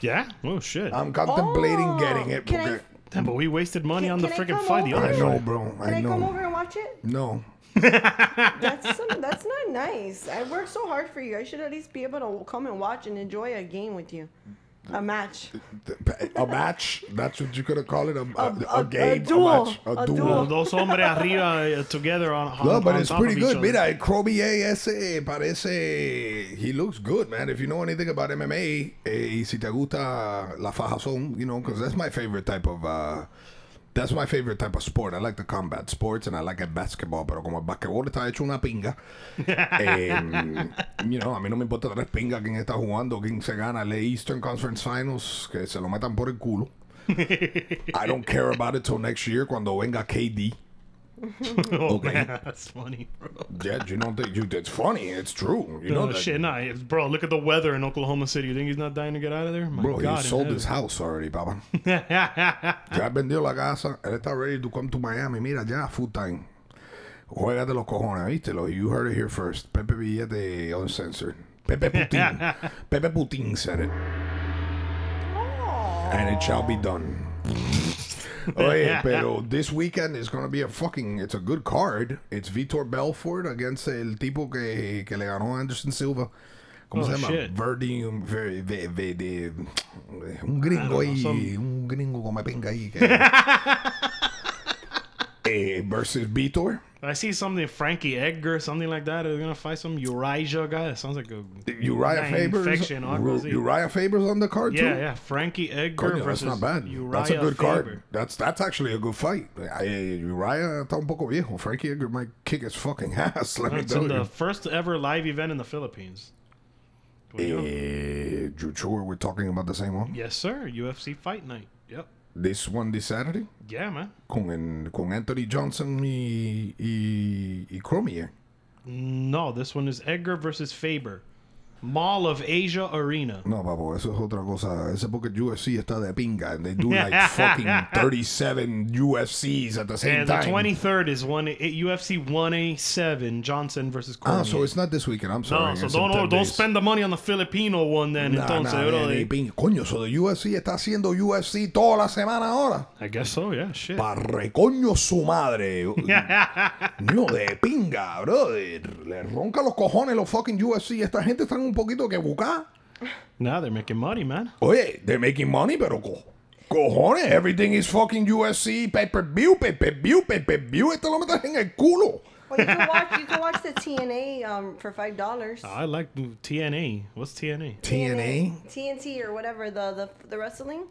Yeah. Oh shit. I'm contemplating getting it. Oh, can I- porque- Damn, but we wasted money on the can I freaking come fight. The over? other I know, fight. bro. Can I, I know. come over and watch it? No. That's some, that's not nice. I worked so hard for you. I should at least be able to come and watch and enjoy a game with you, a match. A match? That's what you could have called it? A, a, a, a- a game? duel. match? A Well, Those hombres arriba uh, together on. on No, but on it's top of pretty each good. other. Mira, el Crobier ese eh, parece. He looks good, man. If you know anything about MMA, eh, y si te gusta la fajazón, you know, because that's my favorite type of. Uh, that's my favorite type of sport. I like the combat sports and I like it basketball, pero como el basquetbol está hecho una pinga, em, you know, a mí no me importa tres pingas quién está jugando, quién se gana, la Eastern Conference Finals, que se lo metan por el culo. I don't care about it till next year cuando venga KD. oh Okay. man, that's funny, bro. Yeah, you don't think you, it's funny. It's true. You know no, that. Oh, Uh, shit, nah, it's- bro. Look at the weather in Oklahoma City. You think he's not dying to get out of there? My Bro, God, he in sold heaven. his house already, papa. ya vendió la casa. Él está ready to come to Miami. Mira, ya, full time. Juégate los cojones, ¿viste? Lo- You heard it here first. Pepe Billete Uncensored. Pepe Putin. Pepe Putin said it. Oh. And it shall be done. Oye, pero this weekend is going to be a fucking, it's a good card. It's Vitor Belfort against el tipo que, que le ganó a Anderson Silva. Oh, ¿Cómo se llama? shit. Verdi, un, ver- ve- ve- de- un I gringo don't know, ahí, some- un gringo come pinga ahí. que- eh, versus Vitor. I see something Frankie Edgar, something like that. They're gonna fight some Uriah guy. That sounds like a Uriah Nine Faber's, infection, all Ru- crazy. Uriah Faber's on the card too. yeah, yeah. Frankie Edgar Coño, that's versus not bad. Uriah that's a good Faber. card. That's that's actually a good fight. I, Uriah está un poco viejo. Frankie Edgar might kick his fucking ass. Let me It's in tell the you. first ever live event in the Philippines. Eh, Drew Chore, we're talking about the same one. Yes, sir. UFC Fight Night. Yep. This one this Saturday Yeah, man. con el- con Anthony Johnson y y, y Cormier. No, this one is Edgar versus Faber. Mall of Asia Arena. No, papo, eso es otra cosa. Ese porque UFC está de pinga. and They do like fucking 37 UFCs at the same And the time. 23rd is one eh, UFC 1A7 Johnson versus Cormier. ah, so it's not this weekend. I'm sorry. no, so it's in don't 10 don't days. spend the money on the Filipino one then. Nah, entonces, nah, bro, ni- ni like- pin- Coño, so the UFC está haciendo UFC toda la semana ahora. I guess so, yeah, shit. Barrecoño su madre. no, de pinga, brother. Le ronca los cojones los fucking UFC. Esta gente están un poquito que bucá. Nah, they're making money, man. Oye, they're making money, pero co- cojones. Everything is fucking UFC. Pay per view, pay per view, pay per view. Esto lo metes en el culo. Well, you can watch you can watch the TNA um, for five dollars. I like the TNA. What's TNA? TNT or whatever the the, the wrestling.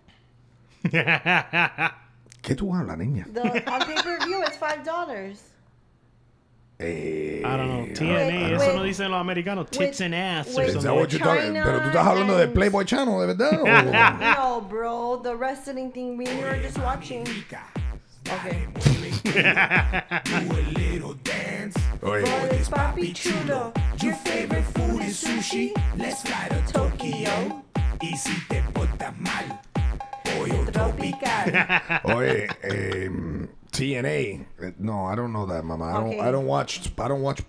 ¿Qué tú hablas, niña? The on pay per view it's five dollars. Eh, I don't know. TNA, Wait, eso wait. no dicen los americanos. Tips and ass or Is that what something. you're talking- Pero tú estás hablando de Playboy Channel, ¿de verdad? o- no, bro, the wrestling thing we were just watching. Okay. Oye, Pues, papi chulo, your favorite food is sushi. Let's fly to Tokyo. Y si te portas mal, pollo Oye, em, TNA. Eh, No, I don't know that, mamá. I don't, Okay. I don't watch. I don't watch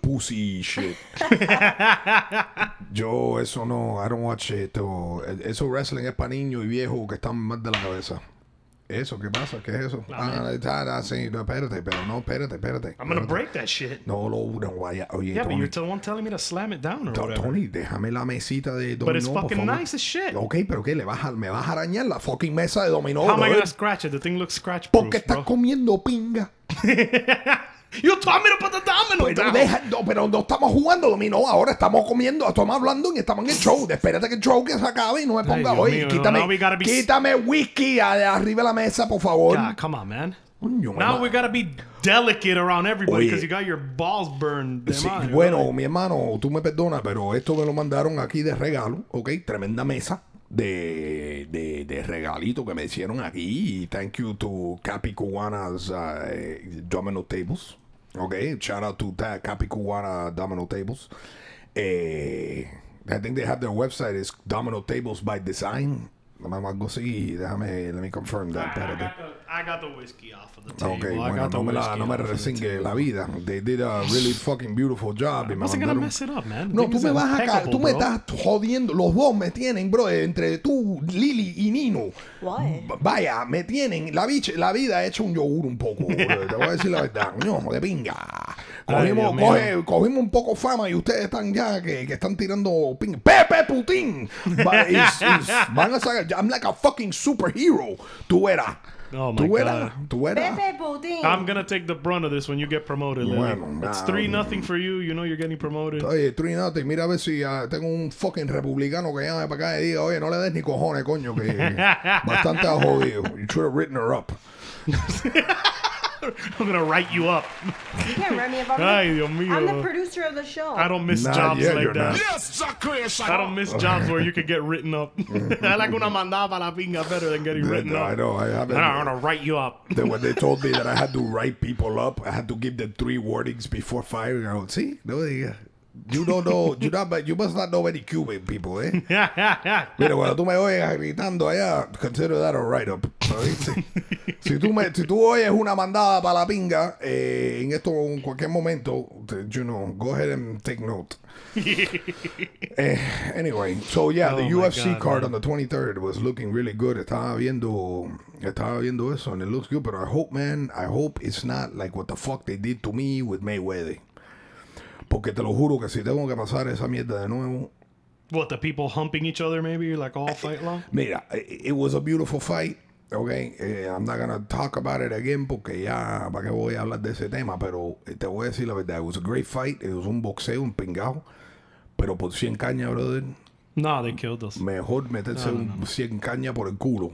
pussy shit. Yo eso no. I don't watch esto. Eh, Eso wrestling es para niños y viejos que están mal de la cabeza. Eso, ¿qué pasa? ¿Qué es eso? Ah, está, ah, sí, no, espérate, pero no, espérate, espérate. I'm gonna espérate. break that shit. No, lo, no, vaya. Oye, Yeah, but Tony, you're the one telling me to slam it down or To- whatever. Tony, déjame la mesita de dominó, But it's por fucking favor. nice as shit. Ok, pero ¿qué? ¿Le vas a, ¿Me vas a arañar la fucking mesa de dominó? How am I brother? gonna scratch it? The thing looks scratch proof, Porque estás bro. comiendo pinga. You told me to put the domino Pero, down. deja- no, pero no estamos jugando dominó, ahora estamos comiendo, estamos hablando y estamos en el show. Espérate que el show que se acabe y no me Ay, ponga. Dios Oye, mío, no, quítame, now we gotta be- quítame whisky a- de arriba de la mesa, por favor. God, come on, man. mamá. Now we gotta be delicate around everybody Oye. because you got your balls burned. Sí, Demani, bueno, right? mi hermano, tú me perdonas, pero esto me lo mandaron aquí de regalo, ¿ok? Tremenda mesa de, de, de regalito que me hicieron aquí. Y thank you to Capi Cubana's uh, Domino Tables, ¿ok? Shout out to that Capi Cubana Domino Tables. Eh, I think they have their website, is Domino Tables by Design. Algo así, déjame, let me confirm that. espérate. I got the whiskey off of the table. Ok, I bueno, got the no me, la, whiskey no me off of the resingue table. la vida. They did a really fucking beautiful job. y I me wasn't gonna mandaron- mess it up, man. The No, thing tú is me vas a ca- impeccable, Tú me bro. estás jodiendo. Los dos me tienen, bro. Entre tú, Lili y Nino. B- Vaya, me tienen. La, bicha- la vida ha hecho un yogur un poco. bro. Te voy a decir la verdad. No, de pinga. Ay, Cogimos, Dios mío. coge- cogimos un poco fama y ustedes están ya que, que están tirando ping. Pepe Putin. Va- is- is- van a sacar. I'm like a fucking superhero. Tú eras. Oh my tú eras. god. Tú eras. Pepe Putin. I'm gonna take the brunt of this when you get promoted, Lily. Bueno, it's nah. three nothing for you. You know you're getting promoted. Oye, Trinate, mira a ver si ah, tengo un fucking republicano que llame para acá y diga, oye, no le des ni cojones, coño, que bastante ha jodido. You should have written her up. I'm gonna write you up. You can't write me about Ay, me. Dios I'm the mío. producer of the show. I don't miss Nah, jobs yeah, like you're that. not. I don't miss jobs where you could get written up. I like una mandada para la pinga better than getting written up. I know, I haven't. I'm gonna write you up. Then when they told me that I had to write people up, I had to give them three warnings before firing. I would see, no, diga. you don't know, you not, but you must not know any Cuban people, eh? Mira, cuando tú me oyes gritando allá, consider that a write-up. ¿oíste? si, tú me, si tú oyes una mandada para la pinga, eh, en esto, en cualquier momento, te- you know, go ahead and take note. Eh, anyway, so yeah, the Oh my UFC God, card man. on the 23rd was looking really good. Estaba viendo, estaba viendo eso, and it looks good, but I hope, man, I hope it's not like what the fuck they did to me with Mayweather. Porque te lo juro que si tengo que pasar esa mierda de nuevo, What the people humping each other? Maybe like all fight long. Mira, i- it was a beautiful fight. Okay, Eh, I'm not gonna talk about it again porque ya, ¿para qué voy a hablar de ese tema? Pero eh, te voy a decir la verdad. It was a great fight. It was un boxeo, un pingao. Pero por 100 cañas, brother, No, they killed us. mejor meterse No, no, un 100 cañas por el culo.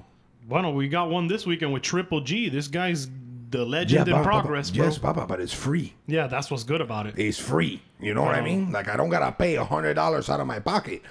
Bueno, we got one this weekend with Triple G. This guy's the legend Yeah, in papa, progress, bro. Yes, papa, but it's free. Yeah, that's what's good about it. It's free. You know what I Wow. mean? Like, I don't gotta pay $100 out of my pocket.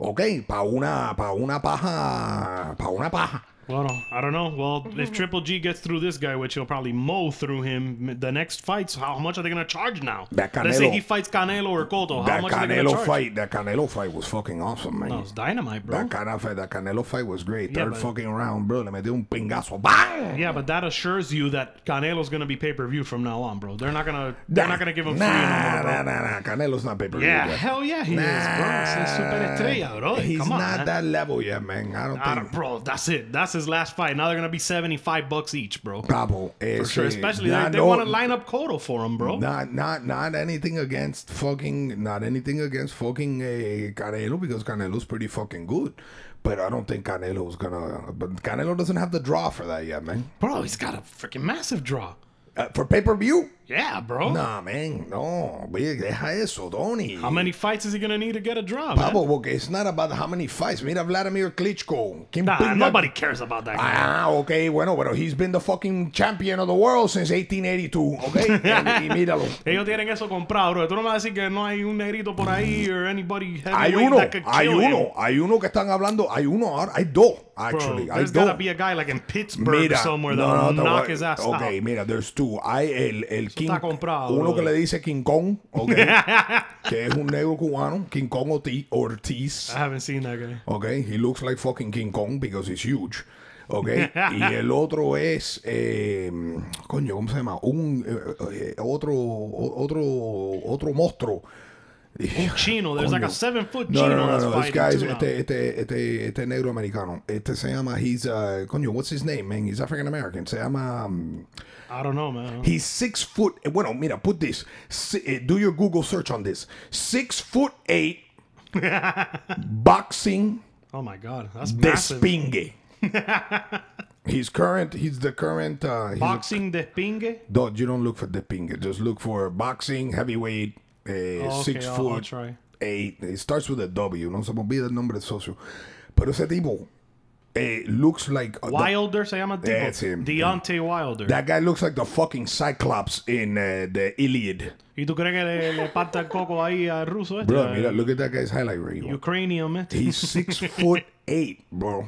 Okay, pa' una, pa' una paja, pa' una paja. Well, I don't know. Well, if Triple G gets through this guy, which he'll probably mow through him, the next fights, how much are they gonna charge now? That Let's say Canelo- he fights Canelo or Cotto. How That much are they gonna Canelo charge? fight, that Canelo fight was fucking awesome, man. No, it's dynamite, bro. That kind of fight, that Canelo fight was great. Yeah, Third but- fucking round, bro. Le metió un pingazo. ¡Bang! Yeah, but that assures you that Canelo's gonna be pay per view from now on, bro. They're not gonna they're Nah, not gonna give him free no nah, more, bro. nah, nah, nah. Canelo's not pay per Yeah, hell yeah, he is, bro. Es superestrella, bro. He's Come on, not man. that level yet, man. I don't I think. don't- bro, that's it. That's his last fight. Now they're gonna be seventy five bucks each, bro. Cabo, For ese- sure, especially nah, they, they no- want to line up Cotto for him, bro. Not, not, not anything against fucking, not anything against fucking uh, Canelo because Canelo's pretty fucking good, but I don't think Canelo's gonna. But Canelo doesn't have the draw for that yet, man. Bro, he's got a freaking massive draw. Uh, for pay per view, Yeah, bro. Nah, man, no. Oye, Deja eso, Donny. How many fights is he gonna need to get a draw? man? Pablo, porque it's not about how many fights. Mira Vladimir Klitschko. ¿Quién Nah, pinga- nobody cares about that guy. Ah, okay, bueno, pero he's been the fucking champion of the world since 1882, okay? y, y míralo. Ellos tienen eso comprado, bro. Tú no me vas a decir que no hay un negrito por ahí or anybody Mm. Hay heavyweight uno, that could hay kill him. uno, hay uno que están hablando, hay uno ahora, hay dos, actually, Bro, hay there's dos. gotta be a guy like in Pittsburgh or somewhere that will te knock voy- his ass Ok, out. mira, there's two. Hay el, el King, está comprado, uno que brother. le dice King Kong, ok, que es un negro cubano, King Kong Orti- Ortiz. I haven't seen that guy. Okay, he looks like fucking King Kong because he's huge. Okay, y el otro es, eh, coño, ¿cómo se llama? Un eh, eh, otro o- otro otro monstruo. Un chino. There's like a Coño. seven foot No, chino no, no, that's no, this fighting guy is- too now. este, este, este, este negro americano. Este se llama, he's, uh, coño, what's his name, man? He's African American. Se llama, um, I don't know, man. he's six foot, eh, bueno, mira, put this, Si- eh, do your Google search on this. Six foot eight, boxing, Oh my god, that's massive. despingue. he's current, he's the current, uh, he's a- Boxing de pingue. don't, you don't look for despingue, just look for boxing, heavyweight, Oh, eh, okay, six I'll- foot I'll try. eight. It starts with a W. No se me olvida el nombre del socio. Pero ese tipo eh, looks like a- Wilder se llama tipo. That's him. Deontay Wilder. that guy looks like the fucking Cyclops in uh, the Iliad. ¿Y tú crees que le, le pata el coco ahí al ruso este? Bro, Al mira, look at that guy's highlight reel. Ukrainian, eh. man. He's six foot eight, bro.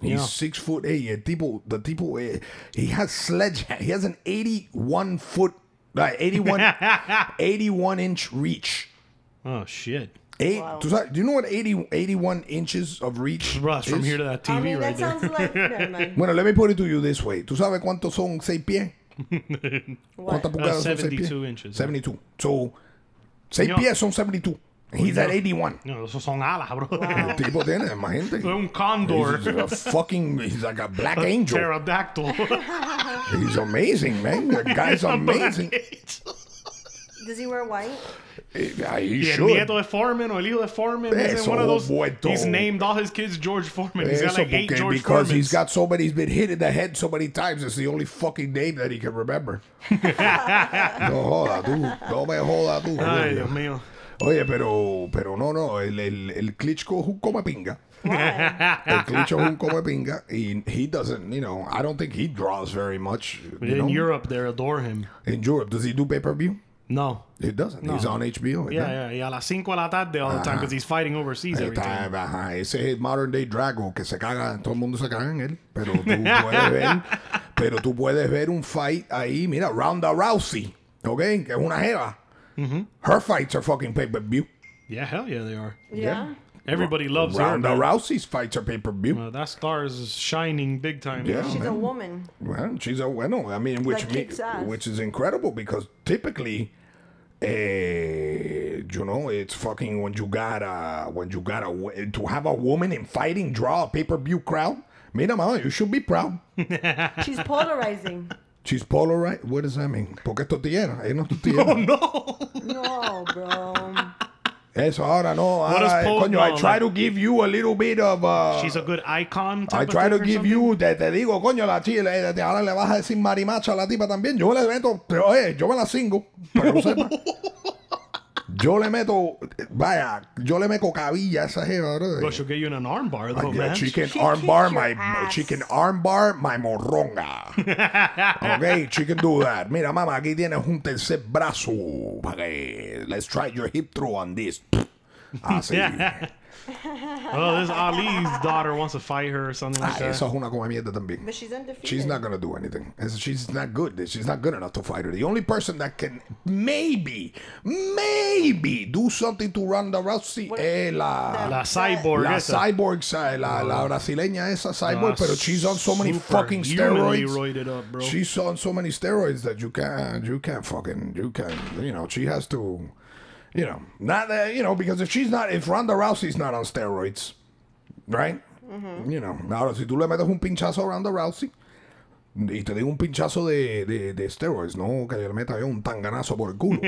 He's Yeah. six foot eight. El tipo, the tipo, eh, he has sledge. He has an eighty-one foot, like 81, 81 inch reach. Oh shit. Eight. does that- do you know what 80, 81 inches of reach? Bro, that's from is? here to that TV I mean, right that there. sounds like. Never mind. Bueno, let me put it to you this way. ¿Tú sabes cuántos son seis pies? ¿Cuántas That's pulgadas son seis pies? 72 inches. 72. So, seis No. pies son 72. He's No. at 81. No, esos son alas, bro. El tipo tiene, imagínate. Fue un cóndor. He's a fucking, he's like a black angel. Pterodactyl. He's amazing, man. The guy's amazing. Does he wear white? Yeah, he Y el should. nieto de Foreman o el hijo de Foreman. He's Eso, one of those. vuelto. He's named all his kids George Foreman. He's got Eso like eight porque- George because Foremans. he's got so many, he's been hit in the head so many times. It's the only fucking name that he can remember. no joda tú, no me joda tú. Ay, Dios mío. Oye, pero, pero no, no, el, el, el Klitschko es un come pinga. El Klitschko es un come pinga. Y he doesn't, you know, I don't think he draws very much. You In know? Europe, they adore him. In Europe, does he do pay per view? No. He doesn't. No. He's on HBO. Yeah, yeah, yeah. A las 5 de la tarde all the time because he's fighting overseas every time. Ah. Time, ajá. Ese es el modern day Drago que se caga, todo el mundo se caga en él. Pero tú puedes ver, pero tú puedes ver un fight ahí, mira, Ronda Rousey, ¿ok? Que es una jeva. Her fights are fucking pay per view. Yeah, hell yeah, they are. Yeah. Everybody loves her. Ronda man. Rousey's fights are pay per view. Uh, that star is shining big time. Yeah, now. man. She's a woman. Well, she's a bueno. I mean, which Like me, kicks ass. which is incredible because typically, eh, you know, it's fucking when you got a when you got a wo- to have a woman in fighting draw a pay per view crowd. Mira, mama, you should be proud. She's polarizing. She's polarized. What does that mean? Porque es tortillera. Ella no es tortillera. No, bro. Eso ahora no. What is Ahora, eh, pol- coño, I no, try like- to give you a little bit of. Uh, She's a good icon. type I of try thing to or give something. you, te, te digo, coño, la chile, eh, ahora le vas a decir marimacha a la tipa también. Yo le meto, pero, oye, yo me la cingo, para que lo sepa. Yo le meto, vaya, yo le meto cabilla a esa jeva, bro. Bro, she'll get you in an armbar, though, Yeah, man. she can armbar my, she can armbar my morronga. okay, she can do that. Mira, mamá, aquí tienes un tercer brazo. para que- Let's try your hip throw on this. Así. Oh, this Ali's daughter wants to fight her or something Ah, like that. eso es una come mierda también. But she's undefeated. She's not gonna do anything. It's- She's not good. She's not good enough to fight her. The only person that can maybe, maybe do something to Ronda Rousey es la La cyborg. la esa. cyborg, sa- la, la brasileña esa cyborg. Ah, pero she's on so many fucking superhumanly steroids. roided up, bro. She's on so many steroids that you can't, you can't fucking, you can't, you know. She has to, you know, not that you know because if she's not, if Ronda Rousey's not on steroids, right? Mm-hmm. You know, ahora si tú le metes un pinchazo a Ronda Rousey y te digo un pinchazo de, de, de steroids, no que le meta yo un tanganazo por el culo.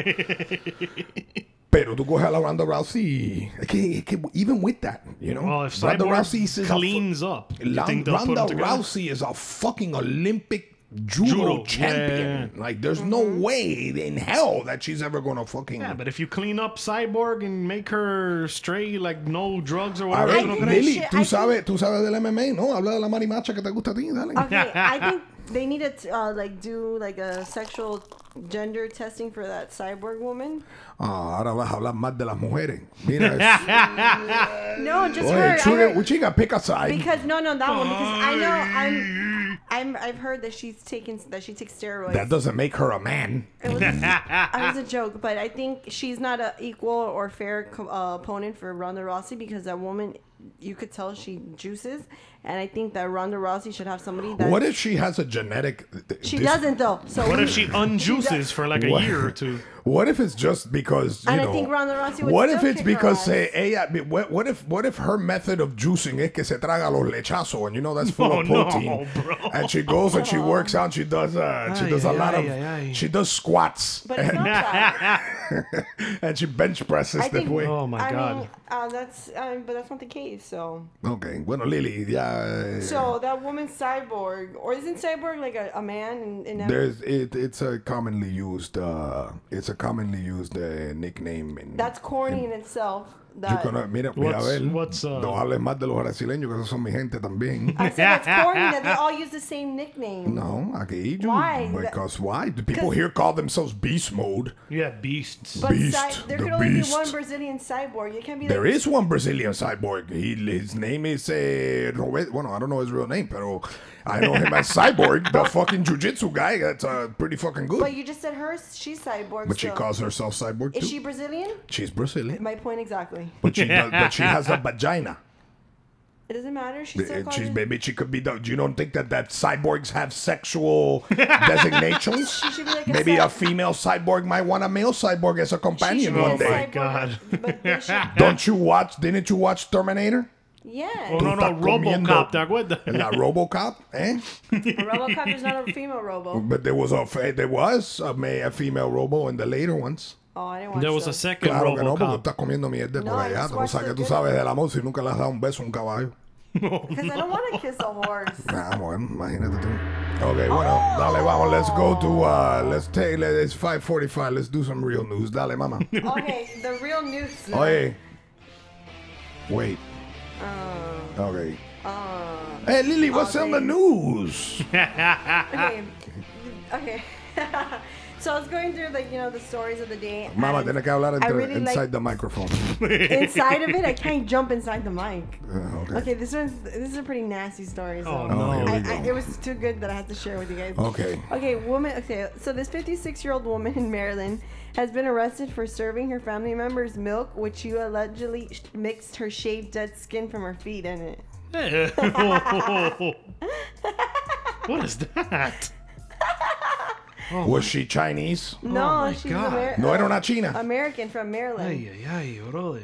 Pero tú coges a la Ronda Rousey, es que, es que even with that, you know, well, if Ronda Cyborg Rousey is a fu- cleans up, you La- think they'll put Ronda them together? Rousey is a fucking Olympic judo, Judo, champion. Like, there's no Mm-hmm. way in hell that she's ever gonna fucking. Yeah, but if you clean up Cyborg and make her stray, like no drugs or A whatever, ver, you know, gonna- Lili, tú sabes, tú sabes del MMA, ¿no? Habla de la marimacha que te gusta a ti, dale. Okay, I think they need to uh, like do like a sexual gender testing for that cyborg woman. Ah, ahora vas a hablar más de las mujeres. Mira, No, es- just her. Oye, I Chuga, heard- Uchiga, pick a side. because no, no, that one. Because I know I'm, I'm, I've heard that she's taken that she takes steroids. That doesn't make her a man. I was a joke, but I think she's not an equal or fair co- uh, opponent for Ronda Rousey because that woman, you could tell she juices, and I think that Ronda Rousey should have somebody that. What if she has a genetic? She dis- doesn't though. So What we- if she unjuices for like a What- year or two? What if it's just because you And I know? think Ronda Rousey would what still if it's kick her because ass. say, ella, what, what if what if her method of juicing es que se traga los lechazos and you know that's full No, of Oh, no, protein and she goes and she works out she does uh, she Ay, does a ay, lot ay, of ay, ay. she does squats But it's and, not that. and she bench presses I that think. way. Oh. I Mean, uh, that's, um, but that's not the case. So, okay, bueno, Lily, yeah. eh, so that woman cyborg, or isn't cyborg like a, a man? In, in there's it, it's a commonly used uh, it's a commonly used uh, nickname in that's uh, corny in itself. You That cannot- mira, mira, a ver, uh, no hables más de los brasileños, que esos son mi gente también. I said it's corny that they all use the same nickname. No, aquí you. Why? Because why? Do people 'Cause- here call themselves beast mode? Yeah, beasts. But beast. cy- there the could only beast. be one Brazilian cyborg. You can't be. There like, is one Brazilian cyborg. He, his name is uh, Robert. Well, I don't know his real name, pero I know him as Cyborg, the fucking jujitsu guy. That's uh, pretty fucking good. But But, you just said her. She's cyborg. she so- calls herself Cyborg too. Is she Brazilian? She's Brazilian, My point exactly. but she does, but she has a vagina. It doesn't matter. She still Uh, calls. She's her- maybe she could be. The, you don't think that that cyborgs have sexual designations? She should be like a maybe cy- a female cyborg might want a male cyborg as a companion oh one my day. god. Don't you watch? Didn't you watch Terminator? yeah. Oh no no, Tú estás RoboCop, ¿te acuerdas? La RoboCop, eh? RoboCop is not a female Robo. But there was a fe- there was a, ma- a female Robo in the later ones. Oh, I didn't watch There was a those. second Claro que no, porque RoboCop. estás comiendo mierda No, por I allá. just O sea watched que the tú good sabes one. del amor si nunca le has dado un beso a un caballo. Because I don't want to kiss a horse. Ah, bueno, imagínate tú. Okay, bueno, dale, vamos, let's go to, uh, let's take, let- it's 5.45, let's do some real news. Dale, mama. Okay, the real news. Oye. Wait. Okay. Hey, Lily, what's on the news? okay. Ah. Okay. so I was going through like you know the stories of the day. and Mama, tienes que hablar I entre, really inside like- the microphone. inside of it, I can't jump inside the mic. Uh, okay. Okay. this one's this is a pretty nasty story. So Oh, no. Here we I, go. I, it was too good that I had to share with you guys. Okay. Okay, woman. Okay, so this 56-year-old woman in Maryland has been arrested for serving her family members milk, which she allegedly sh- mixed her shaved dead skin from her feet in it. what is that? Oh. Was she Chinese? No, she's American. No era una china. American from Maryland. Ay, ay, ay, brother.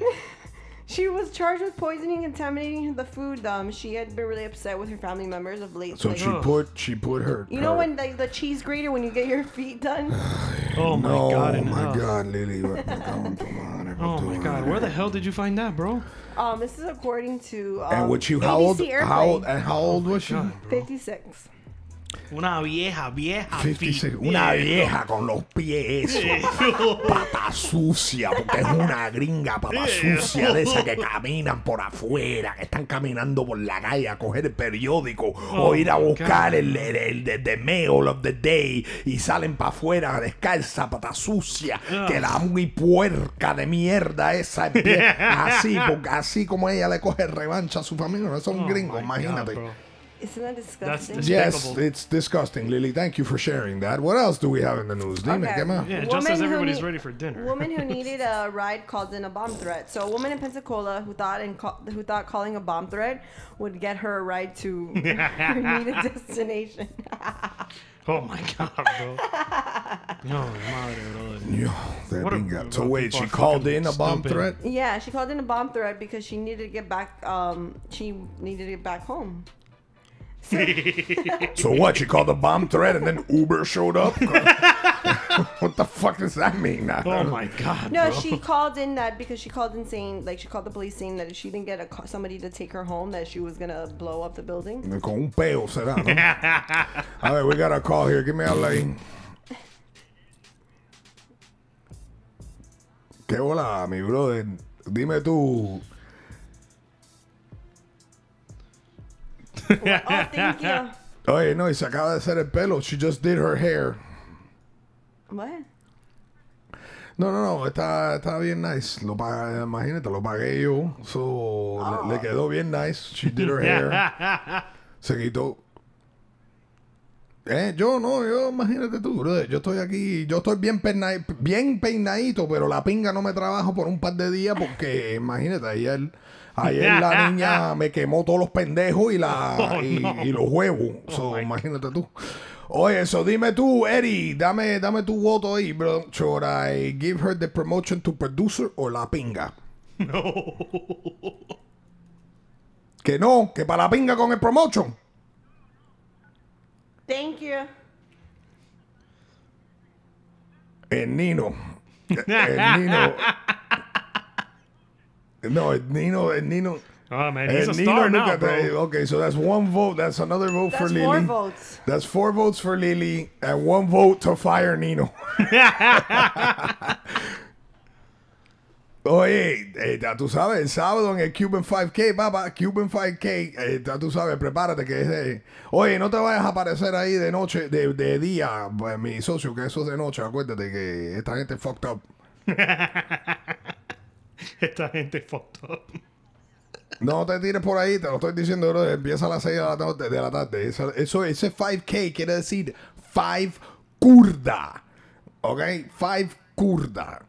She was charged with poisoning and contaminating the food. Um, she had been really upset with her family members of late. So like- oh. she put, she put her. You know her- when the, the cheese grater when you get your feet done? Oh my No, god. and- my uh, God, Lily. what- come Oh my god, where the hell did you find that, bro? Um, this is according to um, And what you, how ABC old, how Airplane. old, and how old was she? Oh Fifty six. Una vieja, vieja. 56. Una vieja con los pies esos. Pata sucia, porque es una gringa pata sucia de esas que caminan por afuera, que están caminando por la calle a coger el periódico o Oh, ir a my buscar God. el, el, el- the- the mail of the day y salen para afuera descalza, pata sucia, Ah. que la muy puerca de mierda esa. empie- Así, porque así como ella le coge revancha a su familia, no Oh son gringos, imagínate. Isn't that disgusting? Yes, it's disgusting, Lily. Thank you for sharing that. What else do we have in the news? Dime, Okay. ¿qué más? Yeah, Woman just as who everybody's need- ready for dinner. woman who needed a ride called in a bomb threat. So a woman in Pensacola who thought and ca- who thought calling a bomb threat would get her a ride to her needed destination. Oh my god, bro. No, madre, brother. Yo, that What a- bingo. So what wait, people she are called fucking in a bomb stupid. threat? yeah, she called in a bomb threat because she needed to get back. Um, she needed to get back home. So what? She called a bomb threat and then Uber showed up? what the fuck does that mean? I Oh don't- my god. No, bro. she called in that because she called in saying, like, she called the police saying that if she didn't get a, ca- somebody to take her home, that she was gonna blow up the building. Con un peo será, ¿no? All right, we got a call here. Give me a line. Qué hola, mi brother. Dime tú. Oh, thank you. Oye, no, y se acaba de hacer el pelo. She just did her hair. What? No, no, no, está, está bien nice. Lo pa- imagínate, lo pagué yo. So, le, le quedó bien nice. She did her hair. Se quitó. Eh, yo no, yo imagínate tú, brother. Yo estoy aquí, yo estoy bien, perna- bien peinadito, pero la pinga no me trabajo por un par de días porque, imagínate, ayer, ayer la niña me quemó todos los pendejos y, la, Oh, y, no. Oh y los huevos. So, imagínate tú. Oye, eso dime tú, Eri, dame, dame tu voto ahí, bro. Should I give her the promotion to producer o la pinga? No. Que no, que para la pinga con el promotion. Thank you. El Nino. El Nino. No, el Nino, el Nino. Oh man, el he's a star look now, at that. bro. Okay, so that's one vote. That's another vote for That's Lily. four votes. That's four votes for Lily and one vote to fire Nino. Oye, eh, ya tú sabes, el sábado en el Cuban 5K, papá, Cuban 5K, eh, ya tú sabes, prepárate que es de... Oye, no te vayas a aparecer ahí de noche, de, de día, pues, mi socio, que eso es de noche, acuérdate que esta gente fucked up. Esta gente fucked up. No te tires por ahí, te lo estoy diciendo, bro, empieza a las 6 de la tarde. De la tarde. Eso, eso- ese 5K quiere decir 5 kurda, ¿ok? 5 kurda.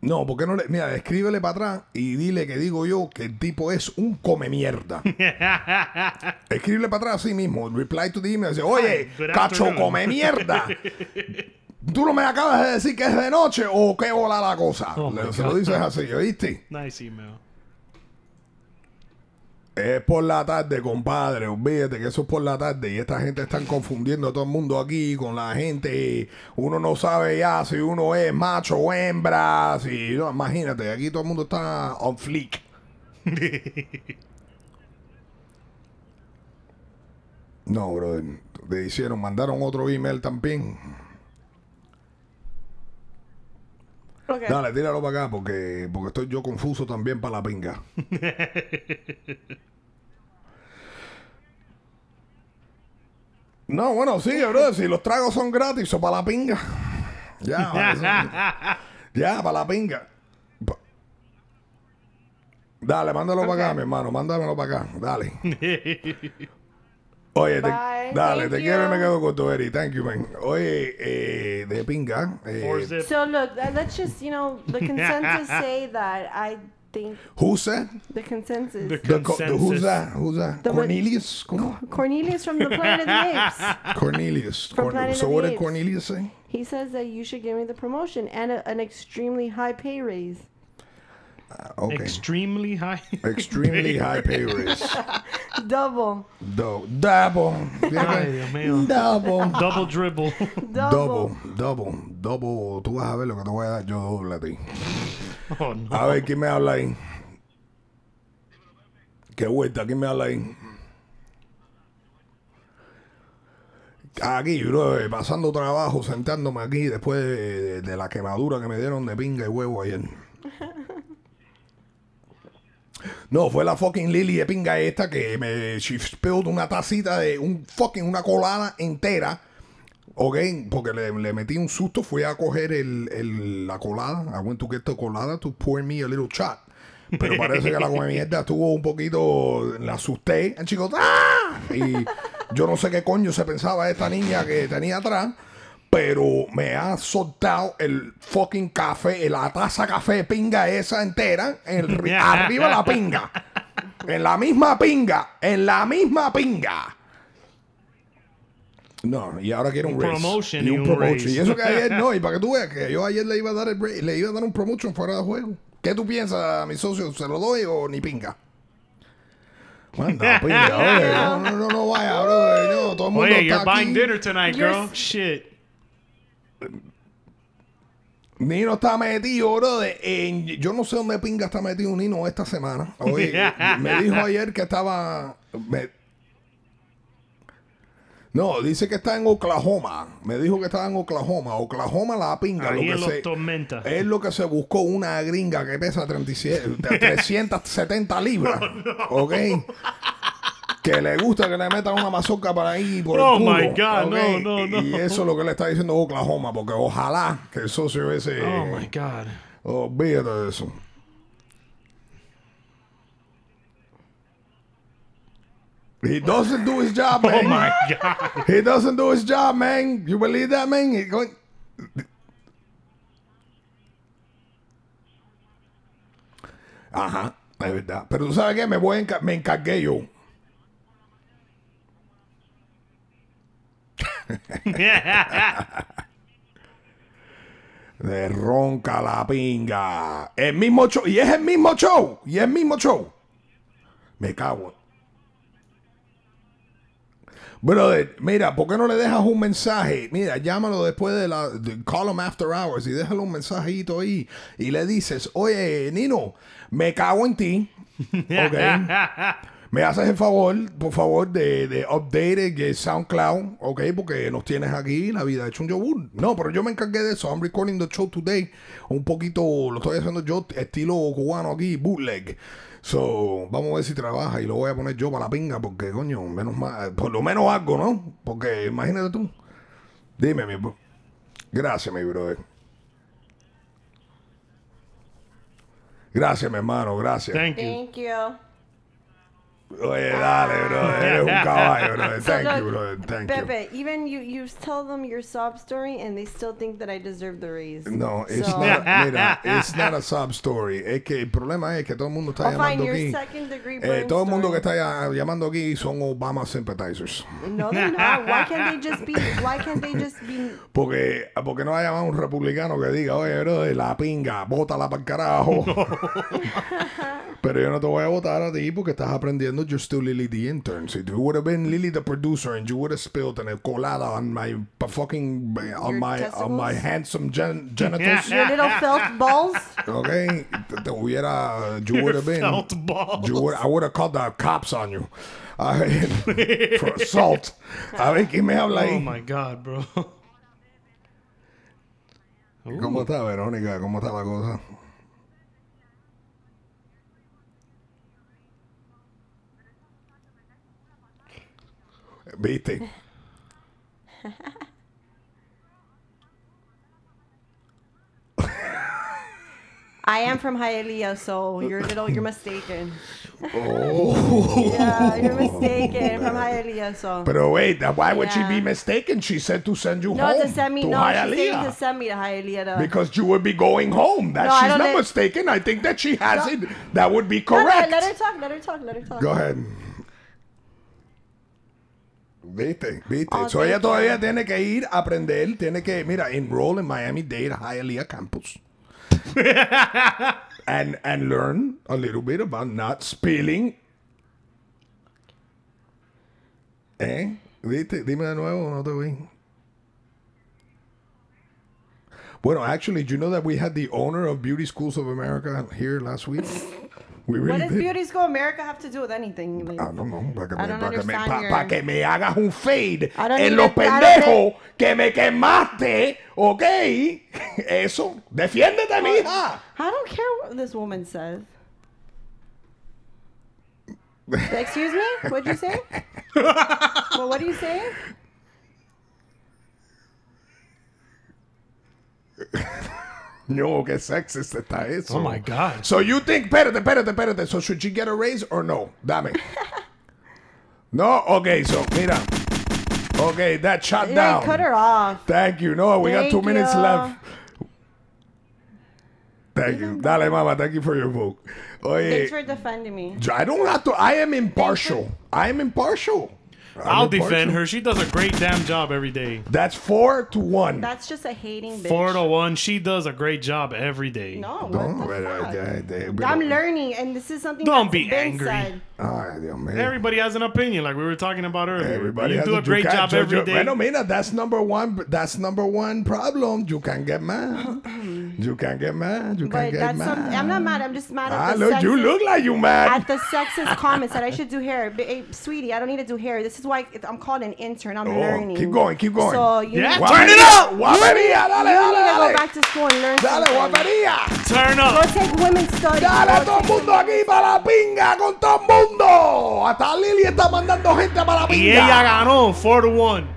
No, porque no le. Mira, escríbele para atrás y dile que digo yo que el tipo es un come mierda. escríbele para atrás así mismo. Reply to the email. Dice, oye, Hi, good cacho afternoon." come mierda. Tú no me acabas de decir que es de noche o qué bola la cosa. Oh, Le- my se lo God. dices así, ¿oíste? nice email. Es por la tarde, compadre. Olvídate que eso es por la tarde. Y esta gente están confundiendo a todo el mundo aquí con la gente. Uno no sabe ya si uno es macho o hembra. Si, no, imagínate, aquí todo el mundo está on fleek. No, brother. Le hicieron, mandaron otro email también. Okay. Dale, tíralo para acá porque, porque estoy yo confuso también para la pinga. No, bueno, sigue, brother. Si los tragos son gratis o para la pinga. Ya, vale, eso- ya, para la pinga. Pa- Dale, mándalo para acá, mi hermano. Mándamelo para acá. Dale. Oye, te- Bye. dale, Thank te quiero y me you. quedo con tu Eri. Thank you, man. Oye, eh, de pinga. eh, Four zip. So look, uh, let's just you know the consensus say that I think who said? the consensus. The The co- the- who's consensus. that? Who's that? Cornelius? ¿Cómo? Cornelius from the Planet of the Apes. Cornelius. From Corn- Planet so of the what did Apes. Cornelius eh? say? He says that you should give me the promotion and a, an extremely high pay raise. Okay. Extremely high. Extremely high pay raise. Double. Do- double. Ay, Dios mío. Double. Double dribble. Double, double, double. Tú vas a ver lo que te voy a dar yo doble a ti. Oh no. A ver, ¿quién me habla ahí? Qué vuelta, ¿quién me habla ahí? Aquí, bro, eh, pasando trabajo, sentándome aquí después de, de la quemadura que me dieron de pinga y huevo ayer. No, fue la fucking Lily de pinga esta que me she spilled una tacita de un fucking una colada entera. Ok, porque le, le metí un susto, fui a coger el, el- la colada. I went to get the colada to pour me a little shot. Pero parece que la come mierda estuvo un poquito. La asusté. And she goes, "Ah!" Y yo no sé qué coño se pensaba esta niña que tenía atrás. Pero me ha soltado el fucking café, la taza café pinga esa entera. el ri- arriba la pinga. En la misma pinga. En la misma pinga. No, y ahora quiero un, Un raise. promotion y y un, un promotion. raise. Y eso que ayer no, y para que tú veas que yo ayer le iba a dar el ra- le iba a dar un promotion fuera de juego. ¿Qué tú piensas, mi socio? ¿Se lo doy o ni pinga? Manda, piña, oye, no, no, no, no vaya, brother, no, todo el mundo Oye, está Oh, you're aquí. buying dinner tonight, You're girl. s- Shit. Nino está metido, brother. en- yo no sé dónde pinga está metido Nino esta semana. Oye, me dijo ayer que estaba. me- No, dice que está en Oklahoma. Me dijo que estaba en Oklahoma. Oklahoma la pinga. Ahí lo en que los se- tormentas. es lo que se buscó una gringa que pesa 37, 370 libras. Oh, ¿Ok? Que le gusta que le metan una mazorca para ahí por Oh, el culo, my God, ¿ok? no, no, no. Y eso es lo que le está diciendo Oklahoma, porque ojalá que el socio ese. Oh, my God. Olvídate de eso. He doesn't do his job, man. Oh my God. He doesn't do his job, man. You believe that, man? He going- Ajá, es verdad. Pero tú sabes qué, me, voy a enca- me encargué yo. De ronca la pinga. El mismo show. Y es el mismo show. Y es el mismo show. Me cago. Brother, mira, ¿por qué no le dejas un mensaje? Mira, llámalo después de la. de- call him after hours y déjale un mensajito ahí. Y le dices, oye, Nino, me cago en ti. Ok. Me haces el favor, por favor, de, de update el eh, SoundCloud, ok, porque nos tienes aquí la vida hecho un yogur. No, pero yo me encargué de eso. I'm recording the show today. Un poquito, lo estoy haciendo yo, estilo cubano aquí, bootleg. So, vamos a ver si trabaja y lo voy a poner yo para la pinga, porque coño, menos mal, eh, por lo menos algo, ¿no? Porque imagínate tú. Dime, mi bro. Gracias, mi brother. Gracias, mi hermano, gracias. Thank you. Oye, dale, bro. Eres un caballo, bro. So Thank you, look, bro. Thank you. Pepe, even you, you tell them your sob story and they still think that I deserve the raise. No, it's So- not. Mira, it's not a sob story. Es que el problema es que todo el mundo está Oh, fine, llamando your aquí. second degree Eh, burn todo el mundo que está ya- llamando aquí son Obama sympathizers. No, they're not. Why can't they just be? Why can't they just be? Porque, ah, porque no ha llamado un republicano que diga, oye, bro, la pinga, bótala para el carajo. Pero yo no te voy a votar a ti porque estás aprendiendo. You're still Lily the intern. If you would have been Lily the producer and you would have spilled and colada on my p- fucking eh, on my on my handsome gen- genitals. Your little felt balls. Okay, te, te hubiera, you Your would have been, felt you would, I would have called the cops on you, a ver, for assault. A ver, ¿quién me habla ahí? Oh my God, bro. ¿Cómo está Verónica? ¿Cómo está la cosa? ¿Viste? I am from Hialeah, so you're little. You're mistaken. Oh. yeah, you're mistaken. From Hialeah, so. Pero wait, that- why would she Yeah. be mistaken? She said to send you No, home to send me. to No, she's saying to Hialeah. send me to Hialeah. To, Because you would be going home. That No, I she's don't not let- mistaken. I think that she has No. it. That would be No, no, correct. let her talk. Let her talk. Let her talk. Go ahead. Viste, viste. Oh, so ella thank you. todavía tiene que ir a aprender, tiene que, mira, enroll in Miami Dade Hialeah campus. and and learn a little bit about not spilling. ¿Eh? ¿Viste? Dime de nuevo, no te vi. Bueno, actually, do you know that we had the owner of Beauty Schools of America here last week? We What really does did. Beauty School America have to do with anything? Like, No, no, para que, I me, don't para que me- understand pa- your- pa' que me hagas un fade I don't en need los it, I pendejos don't que me quemaste, ¿ok? Eso, defiéndete, mija. I don't care what this woman says. Excuse me? What'd you say? well, what do you say? No, qué sexist está eso. Oh my God. So you think, espérate, espérate, espérate. So should she get a raise or no? Dame. no, okay, so mira. Okay, that shot Yeah, down. cut her off. Thank you. No, we got Thank two minutes you. left. Thank you. Dale, mama. Thank you for your vote. Oye, Thanks for defending me. I don't have to. I am impartial. I am impartial. I'll defend her. She does a great damn job every day. That's four to one. That's just a hating bitch. Four to one. She does a great job every day. No, what No, the but fuck? I- I- I- I'm learning, and this is something. Don't that's be been angry. said. Ay, Dios mío. Everybody has an opinion, like we were talking about earlier. Everybody you has do a great you can't job judge every your- day. Bueno, mira, that's number one. That's number one problem. You can get mad. you can get mad. You can But get that's mad. something. I'm not mad. I'm just mad at Ah, the look, you sexist- look like you mad. At the sexist comments that I should do hair, Ba- eh, sweetie. I don't need to do hair. This is why it- I'm called an intern. I'm Oh, learning. keep going, keep going. So you Yeah, need- turn it up! Guaperia, You need, dale, you dale, need to dale. go back to school and learn. Dale, something. guapería. Turn Go take women's studies. Dale Go todo el take- mundo aquí para la pinga con todo el mundo. Hasta Lili está mandando gente para la Y pinga. ella ganó 4 to 1.